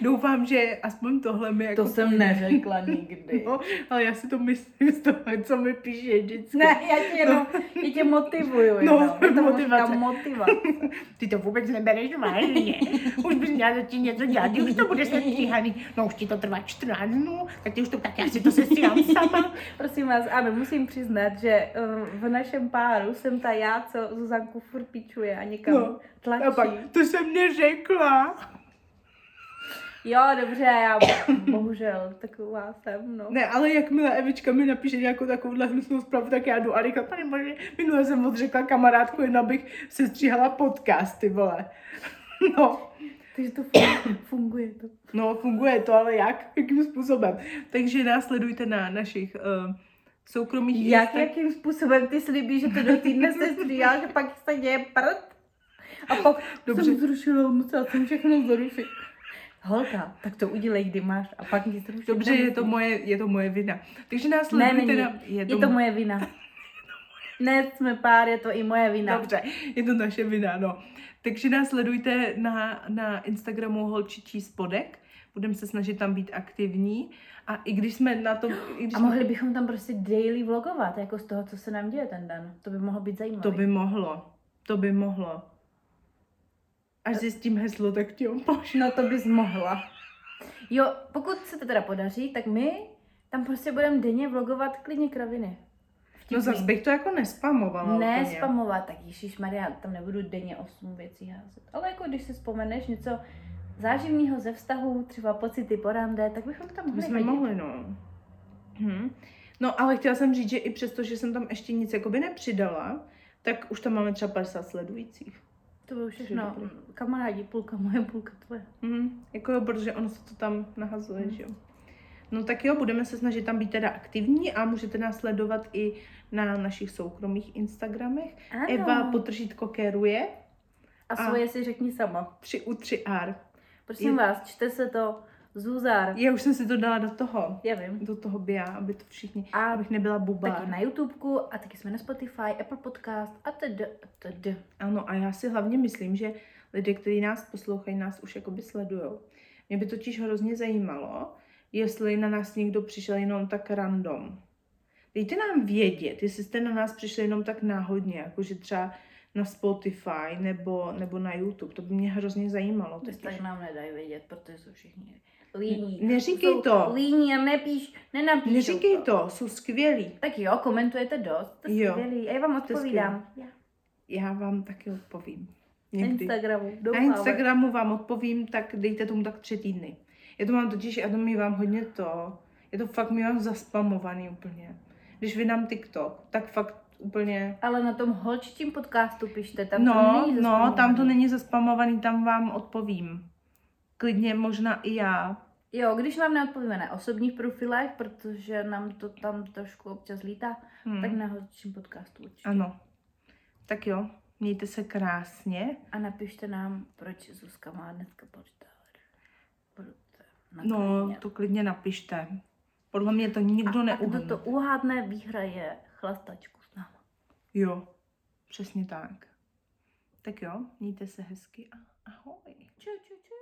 [SPEAKER 1] doufám, že aspoň tohle mi jako...
[SPEAKER 2] To jsem neřekla nikdy.
[SPEAKER 1] No, ale já si to myslím (laughs) z toho, co mi píše vždycky.
[SPEAKER 2] (laughs) Ne, já tě, jenom, já tě motivuju. jenom.
[SPEAKER 1] No,
[SPEAKER 2] Já tomu
[SPEAKER 1] motivace.
[SPEAKER 2] říkám No. motivace.
[SPEAKER 3] (laughs) Ty to vůbec nebereš vážně. Už bys měla začít něco dělat, ty už to bude sestříhaný. No už ti to trvá 14 dnů, tak ty už to tak já si to sestříhám sama.
[SPEAKER 2] Prosím vás, ano, musím přiznat, že eh, v našem páru jsem ta já, co Zuzanku furt pičuje a někam
[SPEAKER 1] No,
[SPEAKER 2] no, tlačí.
[SPEAKER 1] A pak, to jsem neřekla.
[SPEAKER 2] Jo, dobře, já (coughs) bohužel taková jsem, no.
[SPEAKER 1] Ne, ale jakmile Evička mi napíše nějakou takovouhle hnusnou zprávu, tak já jdu a říkám, pane bože, minule jsem moc řekla kamarádku, jen abych se stříhala podcast, ty vole. (laughs) No,
[SPEAKER 2] Takže to funguje, funguje to.
[SPEAKER 1] no, funguje to, ale jak? Jakým způsobem? Takže nás sledujte na našich uh, soukromých
[SPEAKER 2] Jak,
[SPEAKER 1] Insta-
[SPEAKER 2] jakým způsobem ty slíbíš, že to do týdne se stříháš a pak se děje prd? A pak
[SPEAKER 1] Dobře.
[SPEAKER 2] Dobře. jsem zrušila, musela jsem všechno zrušit. Holka, tak to udělej, kdy máš a pak nic zrušit.
[SPEAKER 1] Dobře, je to,
[SPEAKER 2] nemusíš.
[SPEAKER 1] moje, je to moje vina. Takže nás
[SPEAKER 2] Ne,
[SPEAKER 1] sledujte
[SPEAKER 2] není.
[SPEAKER 1] na...
[SPEAKER 2] Je to moje vina. Ne, jsme pár, je to i moje vina.
[SPEAKER 1] Dobře, je to naše vina, no. Takže nás sledujte na, na Instagramu holčičí spodek. Budeme se snažit tam být aktivní. A i když jsme na tom... I když
[SPEAKER 2] A mohli bychom tam prostě daily vlogovat, jako z toho, co se nám děje ten den. To by mohlo být zajímavé.
[SPEAKER 1] To by mohlo. To by mohlo. Až zjistím heslo, tak ti ho pošlu.
[SPEAKER 2] No to bys mohla. Jo, pokud se to teda podaří, tak my tam prostě budeme denně vlogovat klidně kraviny. Vtipný.
[SPEAKER 1] No zase bych to jako nespamovala.
[SPEAKER 2] Ne
[SPEAKER 1] úplně.
[SPEAKER 2] spamovat, tak Ježíš Maria, tam nebudu denně 8 věcí házet. Ale jako když si vzpomeneš něco záživního ze vztahu, třeba pocity po rande, tak bychom tam mohli
[SPEAKER 1] My jsme
[SPEAKER 2] hodit.
[SPEAKER 1] mohli, no. Hm. No ale chtěla jsem říct, že i přesto, že jsem tam ještě nic jakoby nepřidala, tak už tam máme třeba 50 sledujících.
[SPEAKER 2] To bylo všechno.
[SPEAKER 1] Dobrý.
[SPEAKER 2] Kamarádi, půlka moje, půlka tvoje.
[SPEAKER 1] Hm. Jako jo, protože ono se to tam nahazuje,
[SPEAKER 2] Hm.
[SPEAKER 1] že jo. No tak jo, budeme se snažit tam být teda aktivní a můžete nás sledovat i na našich soukromých Instagramech.
[SPEAKER 2] Ano.
[SPEAKER 1] Eva potržítko keruje
[SPEAKER 2] a
[SPEAKER 1] a-
[SPEAKER 2] svoje si řekni sama.
[SPEAKER 1] 3 u 3R.
[SPEAKER 2] Prosím
[SPEAKER 1] Je-
[SPEAKER 2] vás, čte se to Zuzar.
[SPEAKER 1] Já už jsem si to dala do toho,
[SPEAKER 2] Já vím.
[SPEAKER 1] do toho bia, aby to všichni,
[SPEAKER 2] A
[SPEAKER 1] abych nebyla buba.
[SPEAKER 2] taky na YouTube a taky jsme na Spotify, Apple Podcast a td. a td.
[SPEAKER 1] Ano, a já si hlavně myslím, že lidé, kteří nás poslouchají, nás už jakoby sledujou. Mě by totiž hrozně zajímalo, jestli na nás někdo přišel jenom tak random. Dejte nám vědět, jestli jste na nás přišli jenom tak náhodně, jakože třeba na Spotify nebo, nebo na YouTube. To by mě hrozně zajímalo.
[SPEAKER 2] To
[SPEAKER 1] totiž.
[SPEAKER 2] tak nám nedají vědět, protože jsou všichni líní.
[SPEAKER 1] N- neříkej
[SPEAKER 2] jsou
[SPEAKER 1] to.
[SPEAKER 2] Líní a nepíš, nenapíšou
[SPEAKER 1] Neříkej to, jsou skvělí.
[SPEAKER 2] Tak jo, komentujete dost, to je
[SPEAKER 1] Jo.
[SPEAKER 2] skvělý. A já vám
[SPEAKER 1] To je
[SPEAKER 2] odpovídám. Já.
[SPEAKER 1] Já vám taky odpovím.
[SPEAKER 2] Na
[SPEAKER 1] Někdy.
[SPEAKER 2] Instagramu,
[SPEAKER 1] Na
[SPEAKER 2] doufám.
[SPEAKER 1] Instagramu vám odpovím, tak dejte tomu tak tři týdny. Já to mám totiž, já to mývám hodně to, je to fakt mývám zaspamovaný úplně. Když vydám TikTok, tak fakt úplně...
[SPEAKER 2] Ale na tom holčitím podcastu pište, tam to
[SPEAKER 1] no,
[SPEAKER 2] není
[SPEAKER 1] no, tam to
[SPEAKER 2] zaspomínané.
[SPEAKER 1] není zaspamovaný, tam vám odpovím. Klidně možná i já.
[SPEAKER 2] Jo, když nám neodpovíme na osobních profilech, protože nám to tam trošku občas lítá,
[SPEAKER 1] Hmm.
[SPEAKER 2] tak na holčitím podcastu určitě.
[SPEAKER 1] Ano. Tak jo, mějte se krásně.
[SPEAKER 2] A napište nám, proč Zuzka má dneska portál. Budete na
[SPEAKER 1] No,
[SPEAKER 2] klíně.
[SPEAKER 1] to klidně napište. Podle mě to nikdo
[SPEAKER 2] a, a kdo
[SPEAKER 1] neuhodne.
[SPEAKER 2] to uhádne, vyhraje chlastačku s náma.
[SPEAKER 1] Jo, přesně tak. Tak jo, mějte se hezky a ahoj.
[SPEAKER 2] Čau, čau, čau.